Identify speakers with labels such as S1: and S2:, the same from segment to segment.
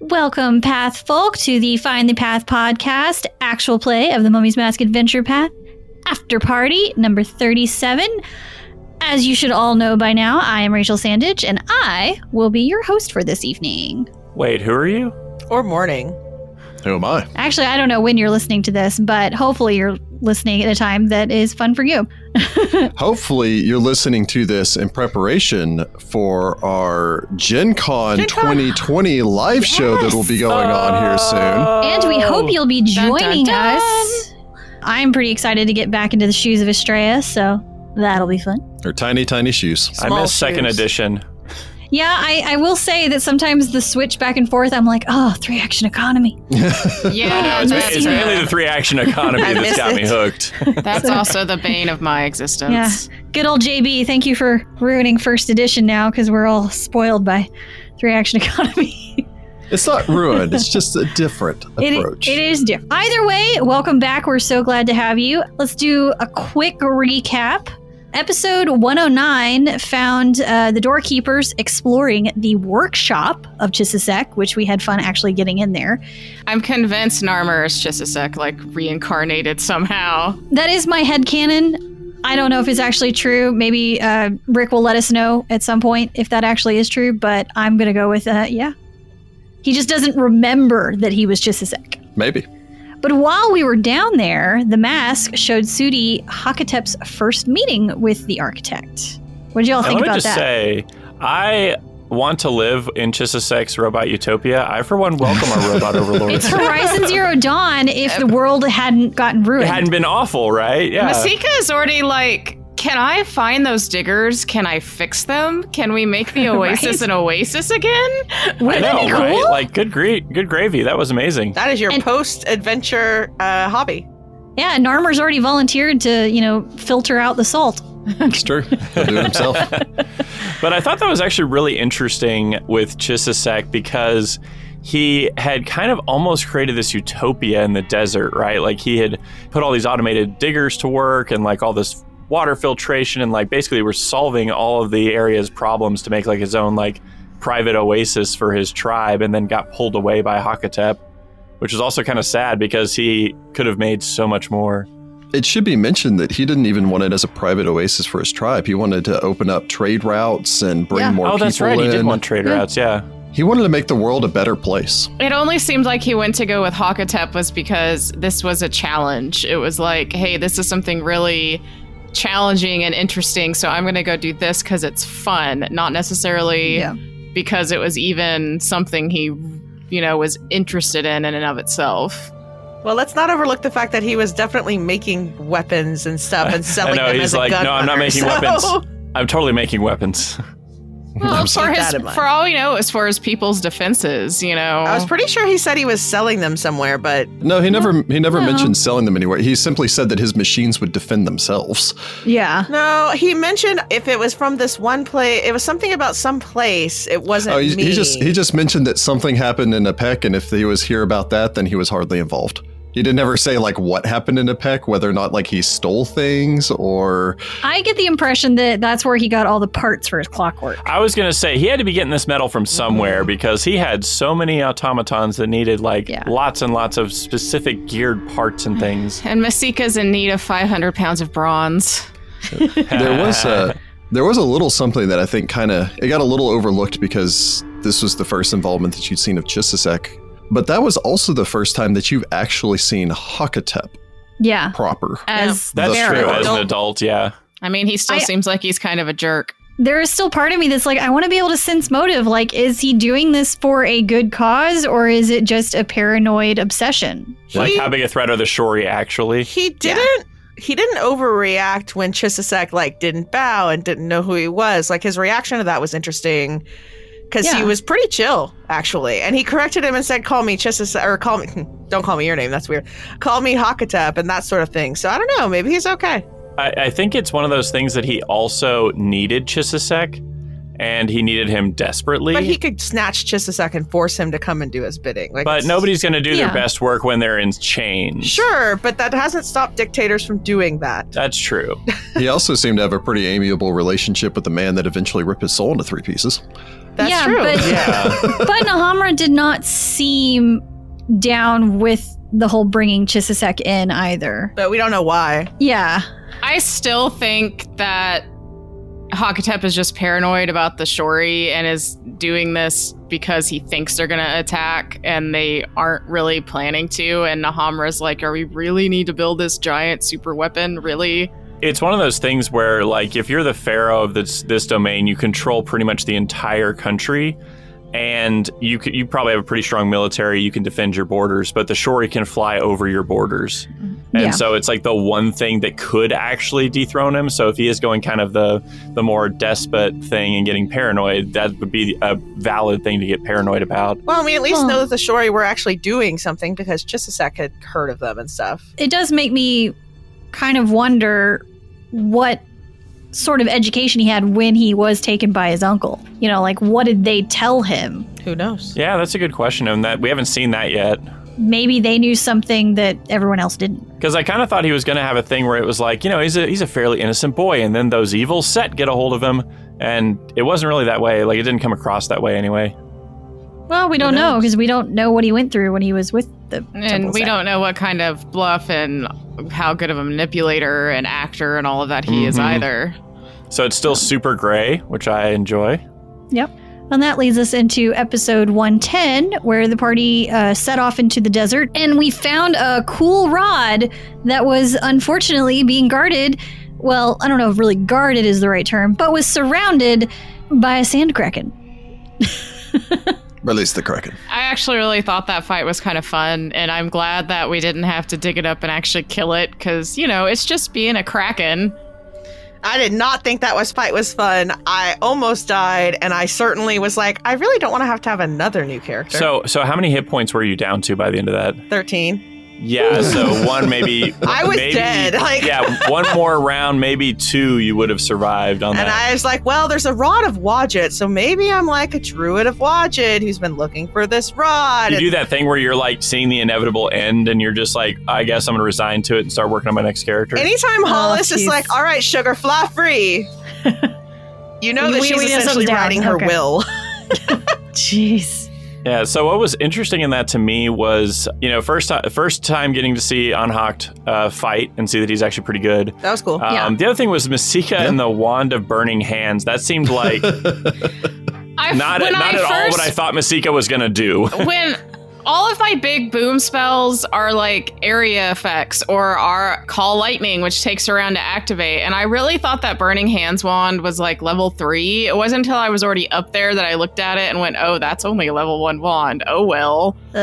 S1: Welcome, Path Folk, to the Find the Path podcast, actual play of the Mummy's Mask Adventure Path After Party number 37. As you should all know by now, I am Rachel Sandage, and I will be your host for this evening.
S2: Wait, who are you?
S3: Or morning.
S4: Who am I?
S1: Actually, I don't know when you're listening to this, but hopefully you're listening at a time that is fun for you.
S4: Hopefully, you're listening to this in preparation for our Gen Con,
S3: Gen Con.
S4: 2020 live show that will be going on here
S2: Uh,
S4: soon.
S1: And we hope you'll be
S3: Oh. Dun, dun,
S1: joining
S3: dun.
S1: us. I'm pretty excited to get back into the shoes of Estrella, so that'll be fun.
S4: Or tiny, tiny shoes.
S2: I
S3: Small
S2: miss second
S3: shoes.
S2: edition.
S1: Yeah, I, I will say that sometimes the switch back and forth, I'm like, oh, three action economy.
S5: Yeah,
S2: It's,
S1: miss
S5: that's,
S2: it's
S1: you.
S2: mainly the three action economy
S3: I
S2: that's
S3: miss
S2: got me
S3: it.
S2: hooked.
S5: that's also the bane of my existence.
S1: Good old JB, thank you for ruining first edition now because we're all spoiled by three action economy.
S4: It's not ruined, it's just a different
S1: It-
S4: approach.
S1: it is different. Either way, welcome back. We're so glad to have you. Let's do a quick recap. Episode 109 found uh, the doorkeepers exploring the workshop of Chisisek, which we had fun actually getting in there.
S5: I'm convinced Narmer is just a sec, like reincarnated somehow.
S1: That is my headcanon. I don't know if it's actually true. Maybe uh, Rick will let us know at some point if that actually is true, but I'm going to go with, uh, yeah. He just doesn't remember that he was Chisisek.
S4: Maybe.
S1: But while we were down there, the mask showed Sudi Hakatep's first meeting with the architect. What did y'all
S2: Now,
S1: think
S2: let me
S1: about
S2: just
S1: that?
S2: say, I want to live in Chissisek's robot utopia. I, for one, welcome our robot
S1: it's
S2: overlords.
S1: Horizon Zero Dawn if the world hadn't gotten
S2: It
S1: ruined.
S2: hadn't been awful, right? Yeah.
S5: Masika is already like, can I find those diggers? Can I fix them? Can we make the oasis
S1: Right?
S5: an oasis again?
S2: I
S1: Wouldn't that
S2: know,
S1: be
S2: right?
S1: cool?
S2: Like, good, gre- good gravy. That was amazing.
S3: That is your
S1: And-
S3: post adventure uh, hobby.
S1: Yeah, Narmer's already volunteered to, you know, filter out the salt.
S4: It's true. He'll do it himself.
S2: But I thought that was actually really interesting with Chisisek because he had kind of almost created this utopia in the desert, right? Like he had put all these automated diggers to work and like all this water filtration and like basically were solving all of the area's problems to make like his own like private oasis for his tribe and then got pulled away by Hakatep, which is also kind of sad because he could have made so much more.
S4: It should be mentioned that he didn't even want it as a private oasis for his tribe. He wanted to open up trade routes and bring
S1: Yeah.
S4: more
S2: oh,
S4: people
S2: that's right.
S4: in.
S2: He did want trade
S1: Yeah.
S2: routes. Yeah.
S4: He wanted to make the world a better place.
S5: It only seemed like he went to go with Hakatep was because this was a challenge. It was like, hey, this is something really challenging and interesting, so I'm going to go do this because it's fun, not necessarily because it was even something he, you know, was interested in in and of itself.
S3: Well, let's not overlook the fact that he was definitely making weapons and stuff and selling
S2: know,
S3: them
S2: he's
S3: as a
S2: like,
S3: gun
S2: "No, I'm not
S3: runner,"
S2: making
S3: so-
S2: weapons. I'm totally making weapons.
S5: Well, for,
S3: Keep
S5: his,
S3: that in mind.
S5: for all we know, as far as people's defenses, you know.
S3: I was pretty sure he said he was selling them somewhere, but
S4: No, he never he never
S1: No.
S4: mentioned selling them anywhere. He simply said that his machines would defend themselves.
S1: Yeah.
S3: no, he mentioned if it was from this one place, it was something about some place. It wasn't
S4: Oh, he,
S3: me.
S4: he just he just mentioned that something happened in E a peck, and if he was here about that, then he was hardly involved. He didn't ever say like what happened in E a peck, whether or not like he stole things or
S1: I get the impression that that's where he got all the parts for his clockwork.
S2: I was gonna say he had to be getting this metal from somewhere because he had so many automatons that needed like
S1: Yeah.
S2: lots and lots of specific geared parts and things.
S5: and Masika's in need of 500 pounds of bronze.
S4: there was a there was a little something that I think kind of it got a little overlooked because this was the first involvement that you'd seen of Chisisek, but that was also the first time that you've actually seen Hakatep
S1: Yeah.
S4: proper.
S5: As
S2: That's
S4: That's
S2: true.
S4: true.
S2: As an
S3: Adult.
S2: adult, yeah.
S5: I mean, he still
S1: I-
S5: seems like he's kind of a jerk.
S1: There is still part of me that's like, I want to be able to sense motive. Like, is he doing this for a good cause or is it just a paranoid obsession?
S3: He-
S2: like how big a threat are the Shori actually?
S3: He didn't. He didn't overreact when Chisisek like didn't bow and didn't know who he was. Like his reaction to that was interesting because
S1: Yeah.
S3: he was pretty chill actually, and he corrected him and said, "Call me Chisisek or call me hmm, don't call me your name. That's weird. Call me Hakatep and that sort of thing." So I don't know. Maybe he's okay.
S2: I, I think it's one of those things that he also needed Chisisek and he needed him desperately.
S3: But he could snatch Chisisek and force him to come and do his bidding. Like,
S2: But
S3: it's-
S2: nobody's going to do
S1: Yeah.
S2: their best work when they're in chains.
S3: Sure, but that hasn't stopped dictators from doing that.
S2: That's true.
S4: He also seemed to have a pretty amiable relationship with the man that eventually ripped his soul into three pieces.
S3: That's
S1: Yeah,
S3: true.
S1: but-
S2: Yeah.
S1: but Nahamra did not seem down with the whole bringing Chisisek in either.
S3: But we don't know why.
S1: Yeah.
S5: I still think that Hakatep is just paranoid about the Shori and is doing this because he thinks they're going to attack and they aren't really planning to. And Nahamra's like, Are we really need to build this giant super weapon? Really?
S2: it's one of those things where like if you're the pharaoh of this this domain you control pretty much the entire country and you c- you probably have a pretty strong military you can defend your borders but the shori can fly over your borders and
S1: Yeah.
S2: so it's like the one thing that could actually dethrone him so if he is going kind of the the more despot thing and getting paranoid that would be a valid thing to get paranoid about
S3: Well, we at least
S1: Well-
S3: know that the Shori were actually doing something because Chisisek had heard of them and stuff.
S1: It does make me kind of wonder what sort of education he had when he was taken by his uncle. You know, like what did they tell him?
S3: Who knows?
S2: yeah that's a good question and that we haven't seen that yet
S1: Maybe they knew something that everyone else didn't.
S2: Because I kind of thought he was going to have a thing where it was like, you know, he's a he's a fairly innocent boy, and then those evil set get a hold of him, and it wasn't really that way. Like it didn't come across that way anyway.
S1: Well, we don't know
S3: knows?
S1: because we don't know what he went through when he was with the
S5: And
S1: Temple
S5: we
S1: Sect.
S5: don't know what kind of bluff and how good of a manipulator and actor and all of that he is
S2: Mhm.
S5: either.
S2: So it's still super gray, which I enjoy.
S1: And that leads us into episode 110, where the party uh, set off into the desert and we found a cool rod that was unfortunately being guarded. Well, I don't know if really guarded is the right term, but was surrounded by a sand kraken.
S4: Release the Kraken.
S5: I actually really thought that fight was kind of fun, and I'm glad that we didn't have to dig it up and actually kill it because, you know, it's just being a kraken.
S3: I did not think that was fight was fun. I almost died, and I certainly was like, I really don't want to have to have another new character.
S2: So so how many hit points were you down to by the end of that?
S3: thirteen.
S2: Yeah, so one maybe.
S3: I was
S2: maybe-
S3: dead, like-
S2: yeah, one more round, maybe two, you would have survived on
S3: And
S2: that.
S3: I was like, well, there's a rod of Wadjet, so maybe I'm like a druid of Wadjet who's been looking for this rod.
S2: you
S3: And
S2: do that thing where you're like seeing the inevitable end, and you're just like, I guess I'm gonna resign to it and start working on my next character.
S1: Ah,
S3: anytime Hollis is
S1: jeez.
S3: like, all right, sugar, fly free. You know that
S1: We-
S3: she's
S1: we know
S3: essentially
S1: something's down.
S3: writing her
S1: Okay.
S3: will.
S1: Jeez.
S2: Yeah. So what was interesting in that to me was, you know, first time, first time getting to see Anhakt uh, fight and see that he's actually pretty good.
S3: That was cool.
S2: Um,
S1: Yeah.
S2: The other thing was Masika
S4: Yeah.
S2: and the wand of burning hands. That seemed like
S5: I,
S2: not
S5: when
S2: not
S5: I
S2: at all
S5: first,
S2: what I thought Masika was gonna do.
S5: when all of my big boom spells are like area effects or are call lightning, which takes around to activate. And I really thought that Burning Hands wand was like level three. It wasn't until I was already up there that I looked at it and went, oh, that's only a level one wand. Oh, well.
S1: Uh,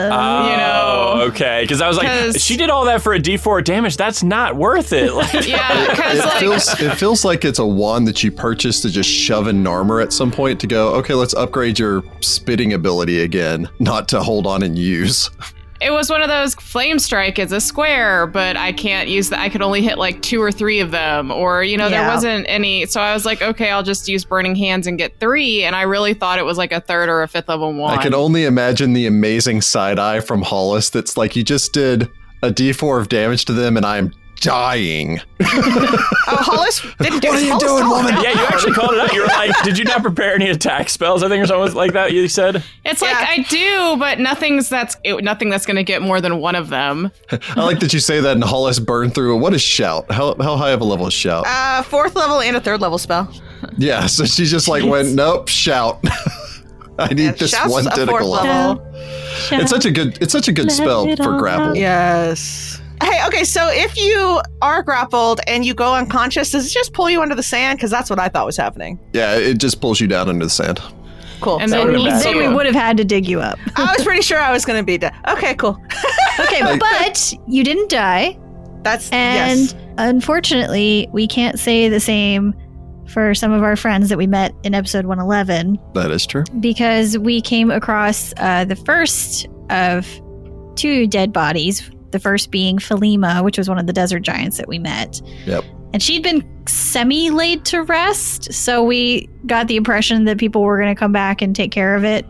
S2: Oh,
S5: know.
S2: okay. Because I was like,
S5: 'Cause-
S2: she did all that for a D four damage. That's not worth it. Like,
S5: Yeah, because
S4: It
S5: like.
S4: feels it feels like it's a wand that you purchased to just shove in armor at some point to go, okay, let's upgrade your spitting ability again, not to hold on and use.
S5: It was one of those flame strike is a square, but I can't use that. I could only hit like two or three of them, or you know, there
S3: Yeah.
S5: wasn't any. So I was like, okay, I'll just use burning hands and get three. And I really thought it was like a third or a fifth level one.
S4: I can only imagine the amazing side eye from Hollis that's like you just did a D4 of damage to them and I'm dying.
S3: Oh, Hollis didn't do
S4: What are you
S3: Hollis
S4: doing,
S3: saw it.
S4: woman?
S2: yeah, you actually called it out. You were like, did you not prepare any attack spells? I think or something like that. You said.
S5: it's
S3: Yeah.
S5: like I do, but nothing's that's it, nothing that's going to get more than one of them.
S4: I like that you say that and Hollis burned through it. What is shout? How, how high of a level is shout?
S3: Uh, fourth level and a third level spell.
S4: yeah, so she just like went, nope, shout. I need
S3: Yeah,
S4: this
S3: Shout's
S4: one
S3: a
S4: tentacle.
S3: fourth
S4: up.
S3: level.
S4: It's such a good it's such a good
S1: Let
S4: spell
S1: it all
S4: for
S1: out.
S4: grapple.
S3: Yes. Hey, okay, so if you are grappled and you go unconscious, does it just pull you under the sand? Because that's what I thought was happening.
S4: Yeah, it just pulls you down into the sand.
S3: Cool.
S5: And
S3: So-
S5: then
S2: would've been
S5: you
S2: bad.
S1: then we
S5: do.
S1: would have had to dig you up.
S3: I was pretty sure I was going to be dead. Okay, cool.
S1: Okay, but you didn't die.
S3: That's
S1: And
S3: yes.
S1: unfortunately, we can't say the same for some of our friends that we met in episode 111
S4: That is true.
S1: because we came across uh, the first of two dead bodies. The first being Philema, which was one of the desert giants that we met.
S4: Yep.
S1: And she'd been semi laid to rest. So we got the impression that people were going to come back and take care of it.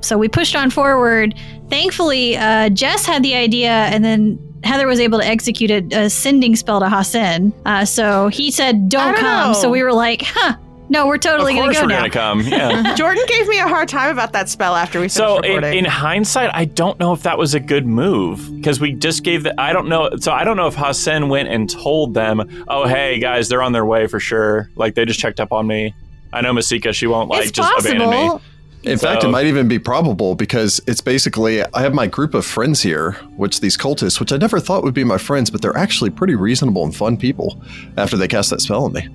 S1: So we pushed on forward. Thankfully, uh, Jess had the idea, and then Heather was able to execute a, a sending spell to Hassan. Uh, so he said,
S3: I
S1: "Don't
S3: don't
S1: come."
S3: know.
S1: So we were like, "Huh? No, we're totally
S2: of
S1: going
S2: course,
S1: to go
S2: we're
S1: now."
S2: gonna come. Yeah.
S3: Jordan gave me a hard time about that spell after we finished
S2: So in,
S3: recording.
S2: in hindsight, I don't know if that was a good move because we just gave the. I don't know. So I don't know if Hassan went and told them, "Oh, hey guys, they're on their way for sure." Like they just checked up on me. I know Masika; she won't like
S1: it's
S2: just abandon me.
S1: possible.
S4: In fact, it
S2: So-
S4: might even be probable because it's basically I have my group of friends here, which these cultists, which I never thought would be my friends, but they're actually pretty reasonable and fun people after they cast that spell on me.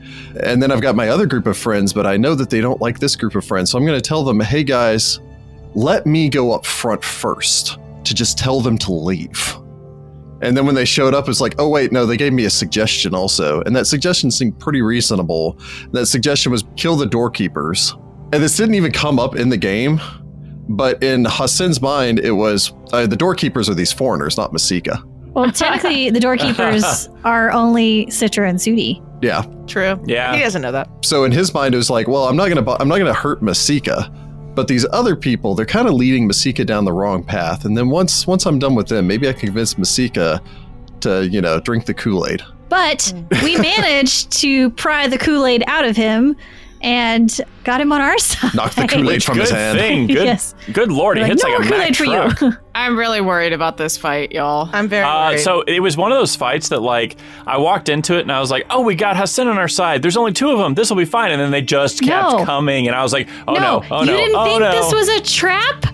S4: And then I've got my other group of friends, but I know that they don't like this group of friends. So I'm going to tell them, hey guys, let me go up front first to just tell them to leave. And then when they showed up, it's like, oh, wait, no, they gave me a suggestion also. And that suggestion seemed pretty reasonable. That suggestion was kill the doorkeepers. And this didn't even come up in the game, but in Hassan's mind, it was uh, the doorkeepers are these foreigners, not Masika.
S1: Well, technically, the doorkeepers are only Citra and Sudi.
S4: Yeah.
S3: True. He
S2: Yeah.
S3: doesn't know that.
S4: So in his mind, it was like, well, I'm not gonna, bu- I'm not gonna hurt Masika, but these other people, they're kind of leading Masika down the wrong path. And then once, once I'm done with them, maybe I can convince Masika to, you know, drink the Kool Aid.
S1: But
S3: Hmm.
S1: we managed to pry the Kool Aid out of him and got him on our side.
S4: Knock the Kool Aid from
S2: Good
S4: his hand.
S2: thing. Good.
S1: Yes.
S2: Good lord, he
S1: We're like,
S2: hits
S1: no more
S2: like a
S1: Kool-Aid
S2: Mack
S1: for you.
S2: truck.
S5: I'm really worried about this fight, y'all.
S3: I'm very
S2: Uh,
S3: worried.
S2: so it was one of those fights that like I walked into it and I was like, oh, we got Hassan on our side. There's only two of them. This will be fine. And then they just kept
S1: No.
S2: coming, and I was like, oh no,
S1: no,
S2: oh
S1: you
S2: no,
S1: didn't
S2: oh
S1: think
S2: no.
S1: this was a trap?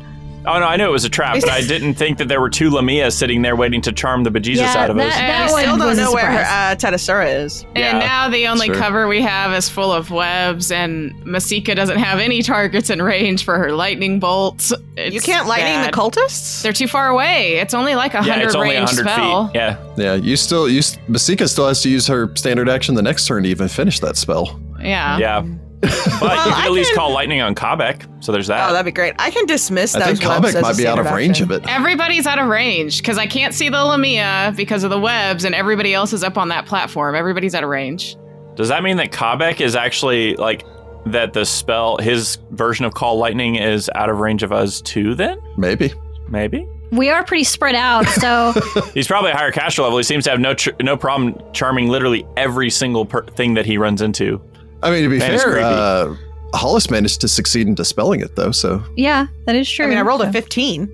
S2: oh no, I knew it was a trap, but I didn't think that there were two Lamia sitting there waiting to charm the bejesus
S1: Yeah,
S2: out of us.
S1: that-
S5: And
S1: that
S5: we
S1: one
S3: still don't
S1: was a
S3: know where
S1: surprise.
S3: uh, Tadasura is.
S2: Yeah.
S5: And now the only
S4: Sure.
S5: cover we have is full of webs, and Masika doesn't have any targets in range for her lightning bolts. It's
S3: you can't lightning
S5: bad.
S3: the cultists?
S5: They're too far away. It's only like a
S2: yeah,
S5: hundred
S2: it's only
S5: range
S2: 100
S5: spell.
S2: feet. Yeah,
S4: Yeah, you still, you s- Masika still has to use her standard action the next turn to even finish that spell.
S5: Yeah.
S2: yeah. But
S3: Well,
S2: you could
S3: I
S2: at least
S3: can-
S2: call lightning on Kabek, so there's that.
S3: Oh, that'd be great. I can dismiss
S4: Uh, I
S3: those
S4: think
S3: webs
S4: Comic
S3: as
S4: might
S3: a
S4: be out of
S3: standard
S4: range
S3: action.
S4: of it.
S5: Everybody's out of range because I can't see the Lamia because of the webs, and everybody else is up on that platform. Everybody's out of range.
S2: Does that mean that Kabek is actually like that? The spell, his version of call lightning, is out of range of us too? Then
S4: Maybe.
S2: maybe.
S1: We are pretty spread out, so
S2: He's probably a higher caster level. He seems to have no ch- no problem charming literally every single per- thing that he runs into.
S4: I mean, to be
S2: Man, it's
S4: fair,
S2: creepy.
S4: uh, Hollis managed to succeed in dispelling it, though. So,
S1: yeah, that is true.
S3: I mean, I rolled
S1: So-
S3: a 15.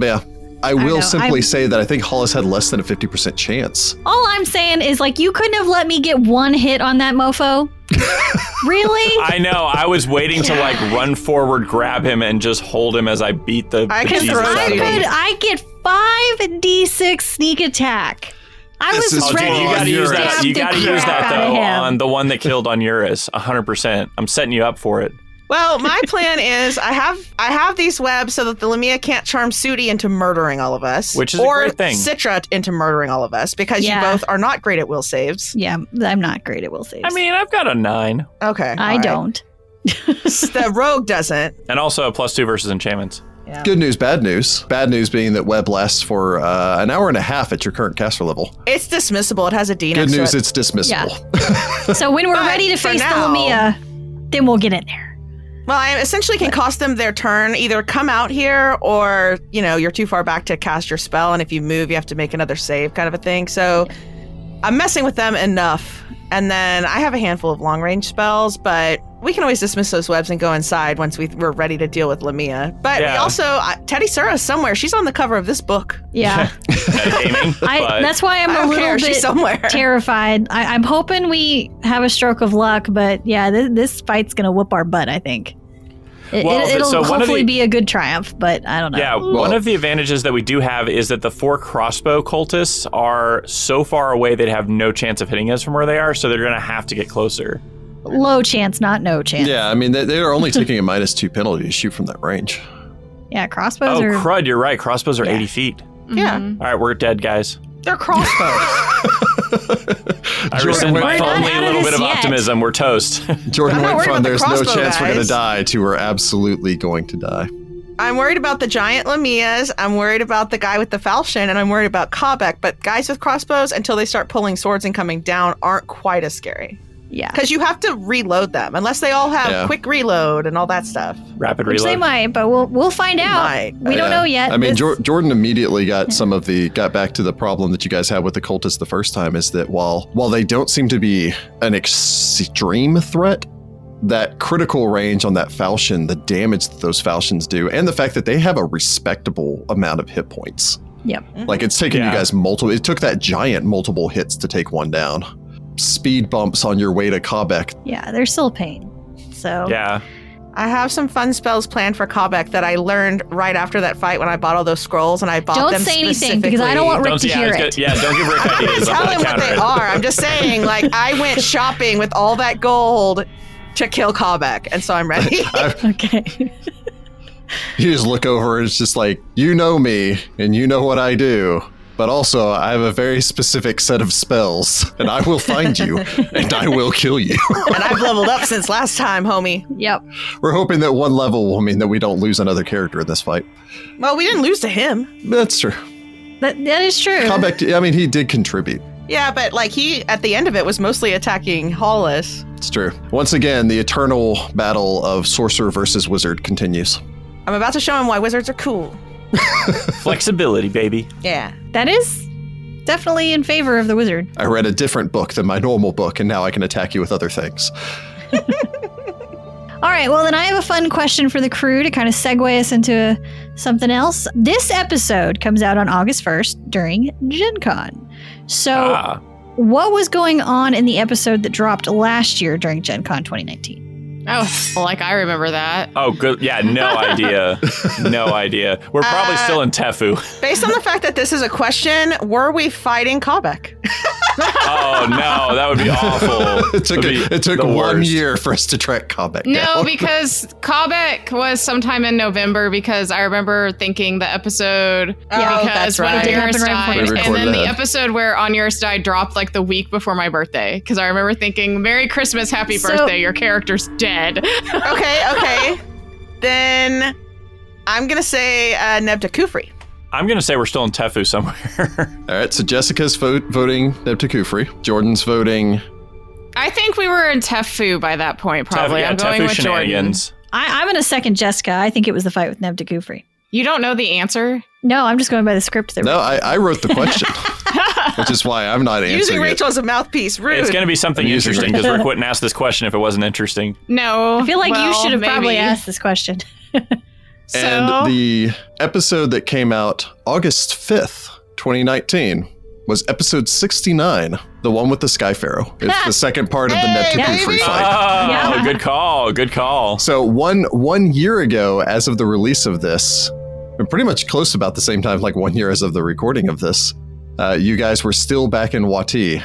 S4: yeah, I
S1: know,
S4: will simply
S1: I'm-
S4: say that I think Hollis had less than a 50% chance.
S1: All I'm saying is, like, you couldn't have let me get one hit on that mofo. really?
S2: I know. I was waiting to like run forward, grab him, and just hold him as I beat the.
S3: I
S2: the
S3: can
S2: Jesus
S3: throw
S2: out
S1: I
S2: of
S3: you.
S1: could.
S2: him.
S3: Right.
S1: I get five d6 sneak attack. I was
S4: This is
S2: Oh, dude,
S1: ready
S4: Right.
S2: you
S1: to
S2: gotta
S4: On
S2: use
S4: Eurus.
S1: stab
S2: that. You
S1: the
S2: gotta
S1: crap
S2: use
S1: out
S2: that
S1: of
S2: though
S1: him.
S2: on the one that killed on Eurus. hundred percent. I'm setting you up for it.
S3: Well, my plan is I have I have these webs so that the Lamia can't charm Sudi into murdering all of us,
S2: Which is a
S3: or
S2: great thing.
S3: Citra into murdering all of us because
S1: Yeah.
S3: you both are not great at will saves.
S1: Yeah, I'm not great at will saves.
S2: I mean, I've got a nine,
S3: Okay,
S1: I
S3: all right.
S1: don't.
S3: the rogue doesn't.
S2: and also a plus two versus enchantments.
S4: Good news, bad news. Bad news being that web lasts for uh, an hour and a half at your current caster level.
S3: It's dismissible. It has a D
S4: Good
S3: next to
S4: news,
S3: it.
S4: it's dismissible.
S1: So when we're
S3: But
S1: ready to
S3: for
S1: face the
S3: now-
S1: Lamia, then we'll get in there.
S3: Well, I essentially can cost them their turn. Either come out here, or you know you're too far back to cast your spell, and if you move, you have to make another save, kind of a thing. So I'm messing with them enough, and then I have a handful of long range spells, but we can always dismiss those webs and go inside once we, we're ready to deal with Lamia. But we
S2: Yeah.
S3: also I- Teddy Sura's somewhere. She's on the cover of this book.
S1: Yeah,
S2: Not gaming,
S1: I,
S2: but-
S1: that's why I'm
S3: I
S1: a
S3: don't
S1: little
S3: care.
S1: bit
S3: She's somewhere.
S1: terrified. I, I'm hoping we have a stroke of luck, but yeah, this, this fight's gonna whoop our butt. I think. It,
S2: Well, but
S1: will
S2: so one of
S1: hopefully
S2: the-
S1: be a good triumph, but I don't know.
S2: Yeah, one of the advantages that we do have is that the four crossbow cultists are so far away they'd have no chance of hitting us from where they are, so they're gonna have to get closer.
S1: Low chance, not no chance.
S4: Yeah, I mean, they, they are only taking a minus two penalty to shoot from that range.
S1: Yeah, crossbows
S2: oh
S1: are.
S2: crud, you're right. Crossbows are
S1: Yeah.
S2: 80 feet.
S1: Mm-hmm.
S3: Yeah.
S5: Mhm.
S2: All right, we're dead, guys.
S3: They're crossbows.
S2: I
S4: Jordan,
S2: resent
S4: we're
S2: my
S1: not
S2: only
S1: out of
S2: little
S1: this
S2: bit of
S1: yet.
S2: optimism. We're toast.
S4: Jordan
S3: I'm not
S4: went
S3: worried
S4: from
S3: about the
S4: there's no
S3: crossbow
S4: chance we're going
S3: guys."
S4: to die to we're absolutely going to die.
S3: I'm worried about the giant Lamias. I'm worried about the guy with the falchion, and I'm worried about Kabek. But guys with crossbows, until they start pulling swords and coming down, aren't quite as scary.
S1: Yeah.
S3: because you have to reload them unless they all have
S4: Yeah.
S3: quick reload and all that stuff.
S2: Rapid
S1: Which they
S2: reload.
S1: might, but we'll we'll find out.
S3: Might.
S1: We don't
S4: Yeah.
S1: know yet.
S4: I
S1: This-
S4: mean,
S1: Hmm.
S4: Jor- Jordan immediately got some of the got back to the problem that you guys had with the cultists the first time is that while while they don't seem to be an extreme threat, that critical range on that falchion, the damage that those falchions do, and the fact that they have a respectable amount of hit points.
S1: Yep.
S4: Like it's taken
S2: Yeah.
S4: you guys multiple. It took that giant multiple hits to take one down. Speed bumps on your way to Kabek.
S1: yeah, there's still pain. So
S2: Yeah.
S3: I have some fun spells planned for Kabek that I learned right after that fight when I bought all those scrolls and I bought
S1: Don't
S3: them
S1: say anything, because I don't want
S3: specifically-
S1: Rick
S2: Don't
S1: to
S2: yeah,
S1: hear it.
S2: it's good- yeah, don't give Rick
S3: I'm
S2: ideas.
S3: not
S2: I'm gonna
S3: telling what
S2: counter
S3: they
S2: it.
S3: are. I'm just saying, like I went shopping with all that gold to kill Kabek, and so I'm ready.
S1: Okay.
S4: You just look over and it's just like, you know me and you know what I do. But also, I have a very specific set of spells, and I will find you and I will kill you.
S3: and I've leveled up since last time, homie.
S1: yep.
S4: We're hoping that one level will mean that we don't lose another character in this fight.
S3: Well, we didn't lose to him.
S4: That's true.
S1: That that is true.
S4: Combat, I mean, he did contribute.
S3: Yeah, but like he at the end of it was mostly attacking Hollis.
S4: It's true. Once again, the eternal battle of sorcerer versus wizard continues.
S3: I'm about to show him why wizards are cool.
S2: Flexibility, baby.
S3: Yeah.
S1: That is definitely in favor of the wizard.
S4: I read a different book than my normal book, and now I can attack you with other things.
S1: All right, well, then I have a fun question for the crew to kind of segue us into something else. This episode comes out on August 1st during Gen Con. So,
S2: Ah,
S1: what was going on in the episode that dropped last year during Gen Con 2019?
S5: Oh, like I remember that.
S2: oh, good. Yeah, no idea. no idea. We're probably
S3: Uh,
S2: still in Tefu.
S3: Based on the fact that this is a question, were we fighting Kabek?
S2: Oh no, that would be awful.
S4: it took,
S2: That'd
S4: a,
S2: be
S4: it took
S2: the
S4: one
S2: worst.
S4: year for us to track combat.
S5: No, because Kabek was sometime in November because I remember thinking the episode
S1: Yeah,
S5: because when
S1: Oh, right. It did happen
S5: Onuris
S1: right before
S5: died,
S4: Christmas.
S5: and then
S4: Recorded
S5: the
S4: that.
S5: episode where Onuris died dropped like the week before my birthday because I remember thinking, "Merry Christmas, Happy
S1: So-
S5: Birthday, your character's dead."
S3: Okay, okay. then I'm gonna say uh, Nebta Kufri.
S2: I'm gonna say we're still in Tefu somewhere.
S4: All right, so Jessica's vo- voting Nebta Kufri. Jordan's voting.
S5: I think we were in Tefu by that point,
S2: Tefu,
S5: probably.
S2: yeah,
S5: I'm going
S2: Tefu
S5: with Jordan.
S2: shenanigans.
S1: I, I'm going to second Jessica. I think it was the fight with Nebda Gufri.
S5: You don't know the answer.
S1: No, I'm just going by the script. That
S4: No, I, I wrote the question, which is why I'm not answering
S3: Using
S4: it.
S3: Rachel as a mouthpiece, rude.
S2: It's gonna be something
S4: I'm using
S2: interesting because Rick wouldn't ask this question if it wasn't interesting.
S5: No,
S1: I feel like you
S5: Well,
S1: should have probably
S5: maybe.
S1: asked this question.
S5: So,
S4: And the episode that came out August 5th, 2019, was episode 69, the one with the Sky Pharaoh. It's the second part of the
S3: Hey,
S4: Nebta
S3: baby!
S4: Kufri
S2: Oh,
S4: fight.
S1: Yeah.
S2: good call. Good call.
S4: So one one year ago, as of the release of this, and pretty much close about the same time, like one year as of the recording of this, uh, you guys were still back in Wati,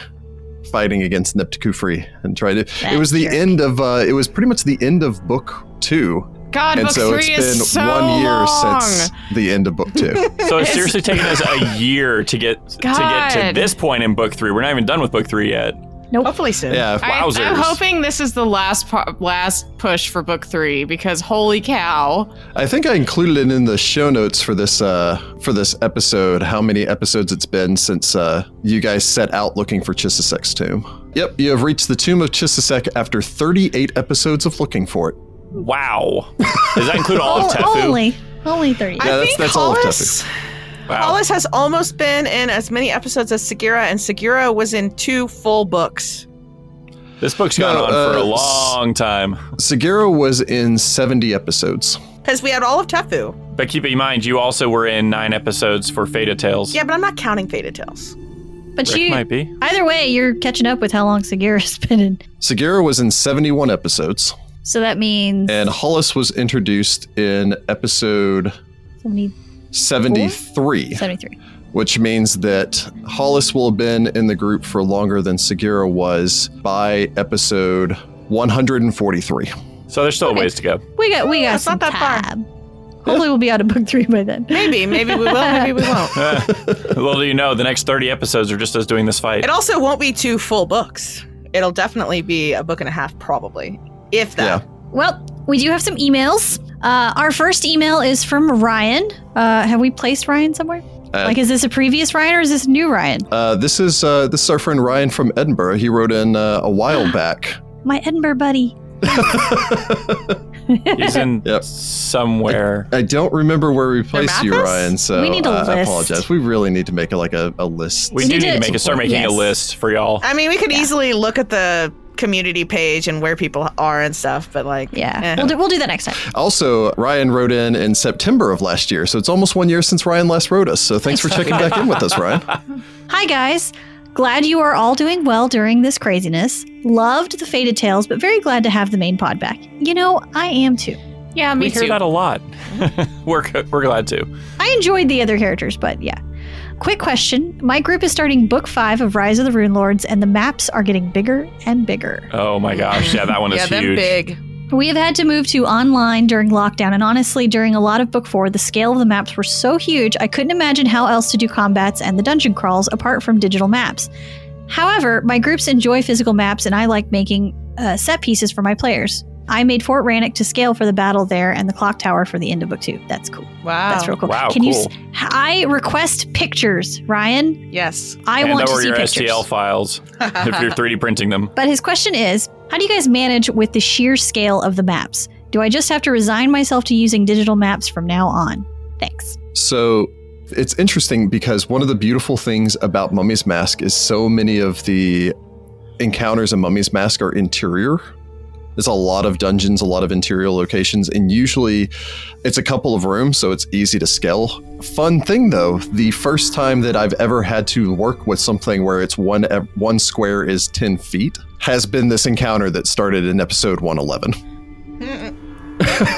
S4: fighting against Neptukufri and trying to. it was the
S1: jerk.
S4: end of. Uh, it was pretty much the end of book two,
S5: God,
S4: and
S5: book
S4: so it's
S5: three
S4: been
S5: is so
S4: one year
S5: long.
S4: since the end of book two.
S2: So it's seriously taken us a year to get to get to
S5: God.
S2: this point in book three. We're not even done with book three yet.
S3: hopefully soon.
S4: yeah,
S5: I,
S2: Wowzers.
S5: am hoping this is the last par- last push for book three because holy cow!
S4: I think I included it in the show notes for this uh, for this episode. How many episodes it's been since uh, you guys set out looking for Chissisek's tomb? Yep, you have reached the tomb of Chisisek after 38 episodes of looking for it.
S2: Wow. Does that include all of
S1: Oh,
S2: Tefu?
S1: only, only 30.
S4: Yeah,
S3: I
S4: that's-
S3: think
S4: that's all of
S3: Hollis,
S2: Wow.
S3: Hollis has almost been in as many episodes as Segura, and Segura was in two full books.
S2: This book's gone
S4: No,
S2: on for
S4: uh,
S2: a
S4: s-
S2: long time.
S4: Sagiro was in 70 episodes.
S3: Because we had all of Tefu.
S2: But keep in mind, you also were in nine episodes for Fata Tales.
S3: Yeah, but I'm not counting Faded Tales.
S1: but
S2: Rick
S1: you,
S2: might be.
S1: either way, you're catching up with how long Sagira's been in.
S4: Sagiro was in 71 episodes,
S1: So that means
S4: and Hollis was introduced in episode
S1: 70,
S4: 73,
S1: 73.
S4: which means that Hollis will have been in the group for longer than Sagiro was by episode 143.
S2: So there's still a
S1: Okay.
S2: ways to go.
S1: We got we got
S3: That's
S1: some
S3: not that far.
S1: time. Hopefully we'll be out of book three by then.
S3: Maybe, maybe we will, maybe we won't.
S2: Eh, Little do you know, the next 30 episodes are just us doing this fight.
S3: It also won't be two full books. It'll definitely be a book and a half, probably, if that.
S1: Well, we do have some emails. Uh, our first email is from Ryan. Uh, have we placed Ryan somewhere?
S4: Uh,
S1: Like, is this a previous Ryan or is this new Ryan?
S4: Uh, this is uh, this is our friend Ryan from Edinburgh. He wrote in uh, a while back.
S1: My Edinburgh buddy.
S2: He's in
S4: Yep.
S2: somewhere.
S4: I don't remember where we placed you,
S3: Mathis?
S4: Ryan. So
S1: We need a
S4: uh, I
S1: list.
S4: apologize. We really need to make it like a, a list.
S2: We
S1: We
S2: do
S1: need
S2: need
S1: to-
S2: to make a start making a
S1: Yes. Uh,
S2: list for y'all.
S3: I mean, we could easily look at the community page and where people are and stuff, but like,
S1: Yeah.
S3: eh.
S1: We'll, do, we'll do that next time.
S4: Also, Ryan wrote in in September of last year, so it's almost one year since Ryan last wrote us. So thanks for checking back in with us, Ryan.
S1: Hi, guys. Glad you are all doing well during this craziness. Loved the Faded Tales, but very glad to have the main pod back. You know, I am too.
S5: Yeah, me
S2: we
S5: too.
S2: hear that a lot. we're, c- we're glad to.
S1: I enjoyed the other characters, but yeah. Quick question. My group is starting book five of Rise of the Rune Lords, and the maps are getting bigger and bigger.
S2: Oh my gosh. Yeah, that one is
S5: yeah, them
S2: huge.
S5: big.
S1: We have had to move to online during lockdown, and honestly, during a lot of book four, the scale of the maps were so huge, I couldn't imagine how else to do combats and the dungeon crawls apart from digital maps. However, my groups enjoy physical maps, and I like making uh, set pieces for my players. I made Fort Rannoch to scale for the battle there and the clock tower for the end of book two. That's cool.
S3: wow.
S1: That's real cool.
S2: Wow,
S1: Can you?
S2: cool.
S1: s- I request pictures, Ryan.
S3: yes.
S1: I
S2: Hand
S1: want to
S2: over
S1: see
S2: your
S1: pictures.
S2: STL files if you're 3D printing them.
S1: But his question is How do you guys manage with the sheer scale of the maps? Do I just have to resign myself to using digital maps from now on? Thanks.
S4: So it's interesting because one of the beautiful things about Mummy's Mask is so many of the encounters in Mummy's Mask are interior. There's a lot of dungeons, a lot of interior locations, and usually it's a couple of rooms, so it's easy to scale. Fun thing though, the first time that I've ever had to work with something where it's one ev- one square is ten feet has been this encounter that started in episode 111.
S5: Yeah,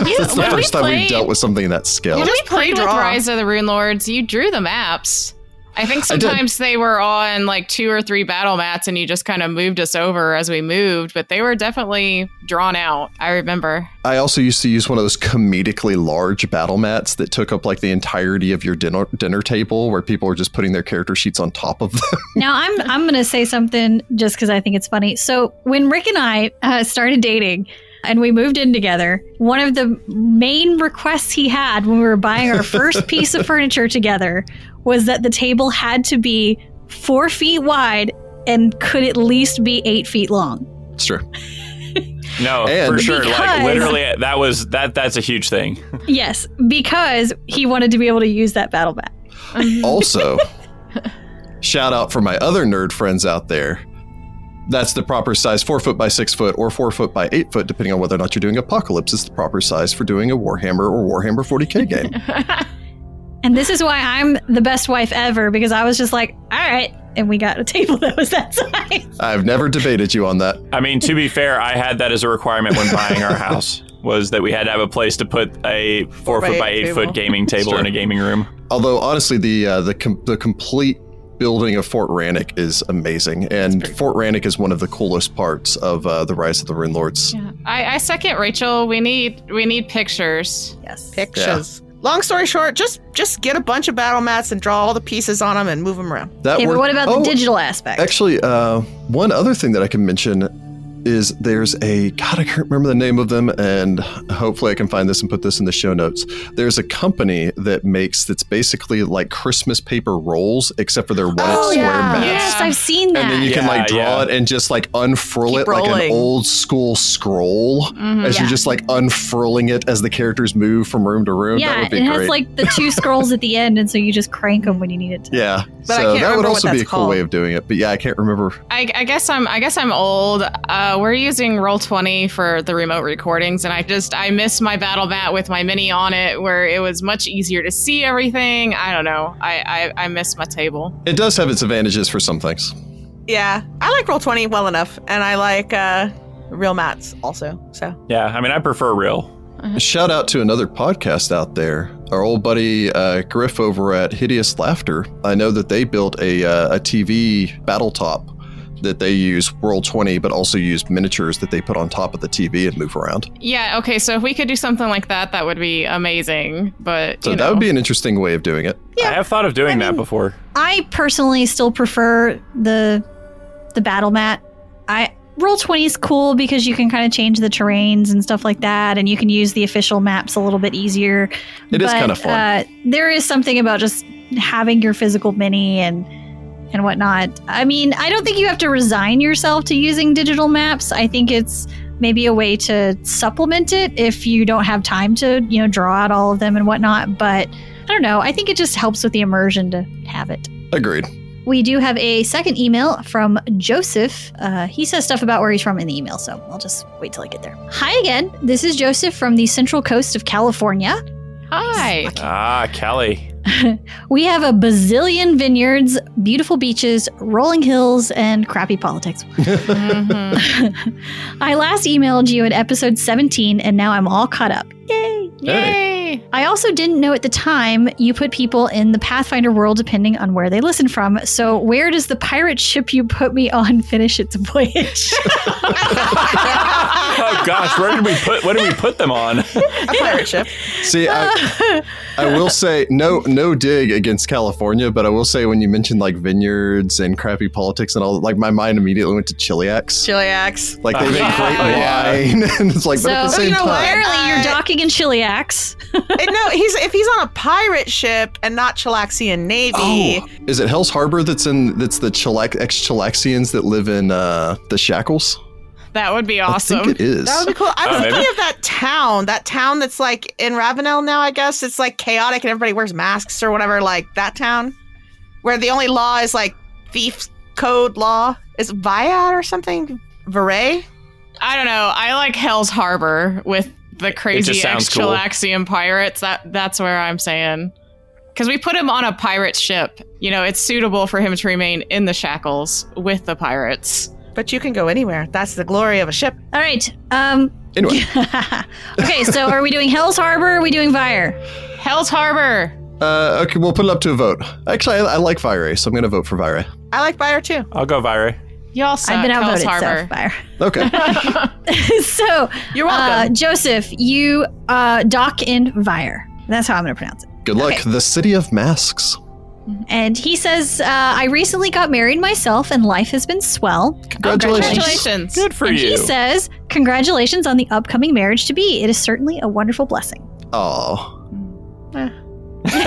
S4: It's the
S5: when we
S4: first time
S5: played-
S4: we've dealt with something that
S5: When
S4: scale.
S5: we
S3: Just
S5: played with
S3: pre-draw.
S5: Rise of the Rune Lords, you drew the maps. I think
S4: I did.
S5: sometimes they were on like two or three battle mats and you just kind of moved us over as we moved, but they were definitely drawn out. I remember.
S4: I also used to use one of those comedically large battle mats that took up like the entirety of your dinner dinner table, where people were just putting their character sheets on top of them.
S1: Now, I'm, I'm going to say something just because I think it's funny. So, when Rick and I uh, started dating and we moved in together, one of the main requests he had when we were buying our first piece of furniture together was that the table had to be four feet wide and could at least be eight feet long.
S4: it's true.
S2: No,
S4: And-
S2: for sure. Like
S1: Because-
S2: literally, that was that. That's a huge thing.
S1: Yes, because he wanted to be able to use that battle bat.
S4: Also, shout out for my other nerd friends out there. That's the proper size, four foot by six foot, or four foot by eight foot, depending on whether or not you're doing Apocalypse. Is the proper size for doing a Warhammer or Warhammer 40k game.
S1: And this is why I'm the best wife ever because I was just like, all right. And we got a table that was that size.
S4: I've never debated you on that.
S2: I mean, to be fair, I had that as a requirement when buying our house was that we had to have a place to put a four
S3: by
S2: foot by
S3: eight
S2: eight foot
S3: table.
S2: gaming table
S4: Sure.
S2: in a gaming room.
S4: Although honestly, the uh, the com- the complete building of Fort Rannoch is amazing, and Fort Rannoch is one of the coolest parts of uh, the Rise of the Rune Lords.
S5: Yeah. I, I second Rachel. We need we need pictures.
S1: Yes.
S3: Pictures. Long story short, just just get a bunch of battle mats and draw all the pieces on them and move them around.
S4: That
S1: Okay, but
S4: worked-
S1: what about
S4: oh,
S1: the digital aspect?
S4: Actually, uh, one other thing that I can mention is there's a God, I can't remember the name of them, and hopefully I can find this and put this in the show notes. There's a company that makes that's basically like Christmas paper rolls, except for their one
S3: Oh,
S4: square
S3: yeah.
S4: mat.
S1: yes, I've seen that.
S4: and then you can
S2: Yeah,
S4: like draw
S2: yeah.
S4: it and just like unfurl
S3: Keep
S4: it like an
S3: rolling.
S4: old school scroll
S5: Mhm.
S4: as
S1: Yeah.
S4: you're just like unfurling it as the characters move from room to room. that
S1: yeah,
S4: would
S1: it
S4: be
S1: has
S4: great.
S1: like the two scrolls at the end, and so you just crank them when you need it. To.
S3: But I
S4: yeah, so
S3: can't
S4: that would
S3: remember what
S4: also be
S3: that's
S4: a cool way of doing it. But yeah, I can't remember.
S5: I, I guess I'm I guess I'm old. Uh, we're using Roll Twenty for the remote recordings, and I just I miss my battle mat with my mini on it, where it was much easier to see everything. I don't know. I I, I miss my table.
S4: It does have its advantages for some things.
S3: Yeah, I like roll twenty well enough, and I like uh, real mats also. So
S2: Yeah, I mean, I prefer real.
S4: Shout out to another podcast out there, our old buddy uh, Griff over at Hideous Laughter. I know that they built a uh, a TV battle top that they use World Twenty, but also use miniatures that they put on top of the TV and move around.
S5: Yeah. Okay. So if we could do something like that, that would be amazing. But
S4: So
S5: you
S4: that
S5: know.
S4: would be an interesting way of doing it.
S1: Yeah.
S2: I have thought of doing
S1: I
S2: that
S1: mean-
S2: before.
S1: I personally still prefer the the battle mat. I roll twenty is cool because you can kind of change the terrains and stuff like that, and you can use the official maps a little bit easier.
S4: It is
S1: But,
S4: kind of fun.
S1: Uh, there is something about just having your physical mini and and whatnot. I mean, I don't think you have to resign yourself to using digital maps. I think it's maybe a way to supplement it if you don't have time to, you know, draw out all of them and whatnot. But I don't know. I think it just helps with the immersion to have it.
S4: Agreed.
S1: We do have a second email from Joseph. Uh, he says stuff about where he's from in the email, so I'll just wait till I get there. Hi again. This is Joseph from the central coast of California.
S5: Hi.
S2: Ah, Kelly.
S1: We have a bazillion vineyards, beautiful beaches, rolling hills, and crappy politics.
S5: Mhm.
S1: I last emailed you in episode 17, and now I'm all caught up. Yay!
S5: Yay.
S1: I also didn't know at the time you put people in the Pathfinder world depending on where they listen from. So, where does the pirate ship you put me on finish its voyage? Ah.
S2: Oh gosh, where did we put? What did we put them on?
S3: A pirate ship.
S4: See, I, I will say no, no dig against California, but I will say when you mentioned like vineyards and crappy politics and all, like my mind immediately went to Chiliacs.
S3: Chiliacs.
S4: Like they make
S2: Yeah.
S4: great
S2: Oh,
S4: wine, and it's like, but at the
S1: So-
S4: same
S3: You know what?
S4: time,
S1: Apparently, you're
S3: Uh,
S1: docking in Chiliacs.
S3: And no, he's if he's on a pirate ship and not Chilaxian Navy.
S4: oh, is it Hell's Harbor that's in that's the Chilac ex Chilaxians that live in uh, the shackles?
S5: That would be
S4: I
S5: awesome.
S4: think it is.
S3: That would be cool. I
S2: Oh,
S4: Uh,
S3: was
S2: maybe.
S3: thinking of that town, that town that's like in Ravenel now, I guess. It's like chaotic and everybody wears masks or whatever, like that town where the only law is like thief code law. Is Viad or something? Varay?
S5: I don't know. I like Hell's Harbor with the crazy
S2: sounds cool.
S5: ex-Chilaxian pirates. That that's where I'm saying. Because we put him on a pirate ship. You know, it's suitable for him to remain in the shackles with the pirates.
S3: But you can go anywhere. That's the glory of a ship.
S1: All right. Um,
S4: Anyway,
S1: okay, so are we doing Hell's Harbor or are we doing Vire?
S5: Hell's Harbor.
S4: uh, okay, we'll put it up to a vote. Actually, I, I like Vire, so I'm going to vote for Vire.
S3: I like Vire too.
S2: I'll go Vire.
S5: Y'all suck.
S1: I've been
S5: Hell's
S1: outvoted, so
S5: Harbor.
S1: Vire.
S4: Okay,
S1: so,
S5: You're
S1: uh,
S5: welcome.
S1: Joseph, you uh, dock in Vire. That's how I'm going to pronounce it.
S4: good luck.
S1: Okay.
S4: The city of masks.
S1: And he says, uh, I recently got married myself and life has been swell.
S4: Congratulations.
S5: Congratulations.
S2: Good for
S1: and
S2: you.
S1: he says, Congratulations on the upcoming marriage to be. It is certainly a wonderful blessing.
S4: Oh,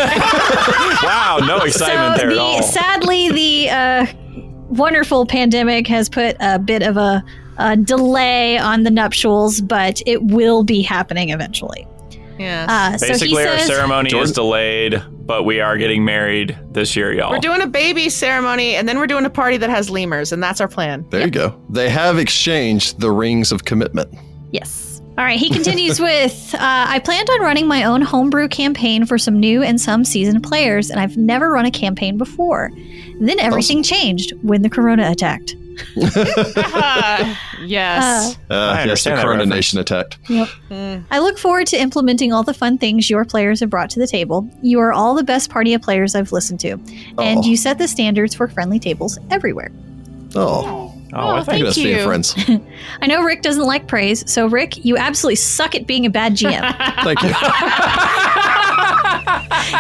S2: wow, no excitement
S1: so
S2: there
S1: the,
S2: at all.
S1: sadly, the uh, wonderful pandemic has put a bit of a, a delay on the nuptials, but it will be happening eventually.
S3: Yeah.
S1: Uh, so he
S2: Basically, our
S1: says,
S2: ceremony is
S4: Jordan-
S2: delayed, but we are getting married this year, y'all.
S3: we're doing a baby ceremony and then we're doing a party that has lemurs, and that's our plan.
S4: there you go. They have exchanged the rings of commitment.
S1: Yes. All right. He continues with uh, I planned on running my own homebrew campaign for some new and some seasoned players, and I've never run a campaign before. Then everything changed when the corona attacked.
S5: yes.
S4: Uh, yes, the
S2: understand that
S4: Corona
S2: reference.
S4: Nation attacked.
S3: Mm.
S1: I look forward to implementing all the fun things your players have brought to the table. You are all the best party of players I've listened to, and
S4: Oh.
S1: you set the standards for friendly tables everywhere.
S2: oh,
S4: Oh,
S2: I think
S4: look
S5: Oh,
S4: at
S5: thank
S4: us being
S5: you.
S4: friends.
S1: I know Rick doesn't like praise, so Rick, you absolutely suck at being a bad GM.
S4: Thank you.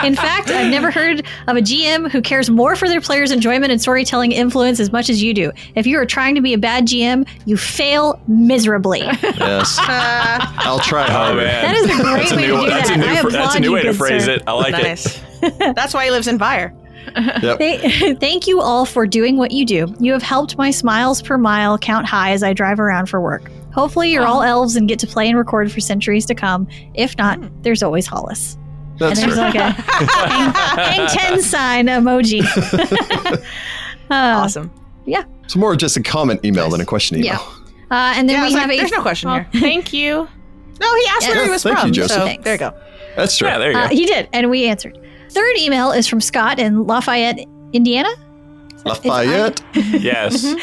S1: In fact, I've never heard of a GM who cares more for their players' enjoyment and storytelling influence as much as you do. If you are trying to be a bad GM, you fail miserably.
S4: yes,
S3: Uh,
S4: I'll try
S2: Oh
S4: harder.
S2: man,
S1: That is a great
S2: that's a
S1: way
S2: new,
S1: to do
S2: that's
S1: that.
S2: A new,
S1: I
S2: fr- that's a
S1: applaud
S2: new
S1: you,
S2: way to
S1: good
S2: phrase
S1: sir.
S2: it. I like it.
S3: nice. that's why he lives in Vire.
S1: Th- Thank you all for doing what you do. You have helped my smiles per mile count high as I drive around for work. Hopefully, you're all elves and get to play and record for centuries to come. If not, there's always Hollis.
S4: That's
S1: and there's
S4: true.
S1: like a hang, hang 10 sign emoji. Uh,
S3: Awesome.
S4: It's more just a comment email than a question email.
S1: uh, and then
S3: Yeah, I
S1: we
S3: was
S1: have
S3: like,
S1: a Oh,
S3: there's no question
S5: Well,
S3: here.
S5: thank you.
S3: No, he asked
S1: Yeah.
S3: where he was
S4: Thank you,
S3: from.
S4: Joseph.
S3: so,
S1: Thanks.
S3: there you go.
S4: That's true.
S2: Yeah, there you
S1: Uh,
S2: go.
S1: he did, and we answered. Third email is from Scott in Lafayette, Indiana.
S4: Lafayette,
S1: Oh,
S2: yes.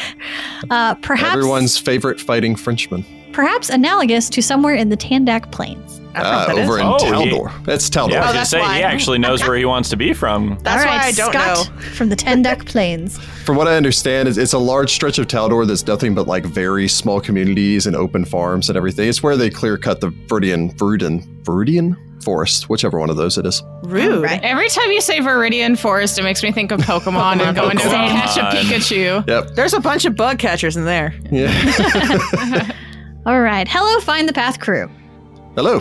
S1: Uh, perhaps,
S4: everyone's favorite fighting Frenchman,
S1: perhaps analogous to somewhere in the Tandak Plains.
S3: That's what
S4: uh,
S3: that is.
S4: over in
S2: Oh, he-
S4: Taldor. That's Taldor.
S2: Yeah, I was
S3: Oh,
S2: gonna
S3: that's
S2: say
S3: why.
S2: he actually knows where he wants to be from.
S3: That's
S1: All
S3: why
S1: right,
S3: I don't
S1: Scott
S3: know.
S1: from the Tandak Plains.
S4: From what I understand, it's, it's a large stretch of Taldor that's nothing but like very small communities and open farms and everything. It's where they clear cut the Viridian, Viridian, Viridian forest, whichever one of those it is.
S3: Rude.
S1: Right.
S5: Every time you say Viridian Forest, it makes me think of Pokemon and going to
S2: Pokemon.
S5: catch a Pikachu.
S3: There's a bunch of bug catchers in there.
S4: Yeah.
S1: All right. Hello, Find the Path crew.
S4: Hello.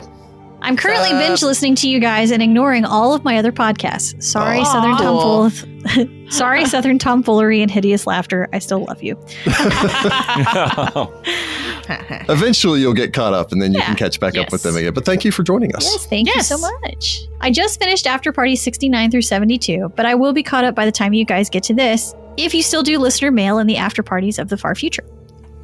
S1: I I'm currently
S3: Sup?
S1: binge listening to you guys and ignoring all of my other podcasts. Sorry,
S3: Aw.
S1: Southern
S3: Cool.
S1: Tomfool. Sorry, Southern Tomfoolery and Hideous Laughter. I still love you.
S4: Eventually, you'll get caught up, and then you
S1: Yeah.
S4: can catch back up with
S5: Yes.
S4: them again. But thank you for joining us.
S1: Yes, thank you
S5: Yes.
S1: so much. I just finished After Party 69 through 72, but I will be caught up by the time you guys get to this if you still do listener mail in the after parties of the far future.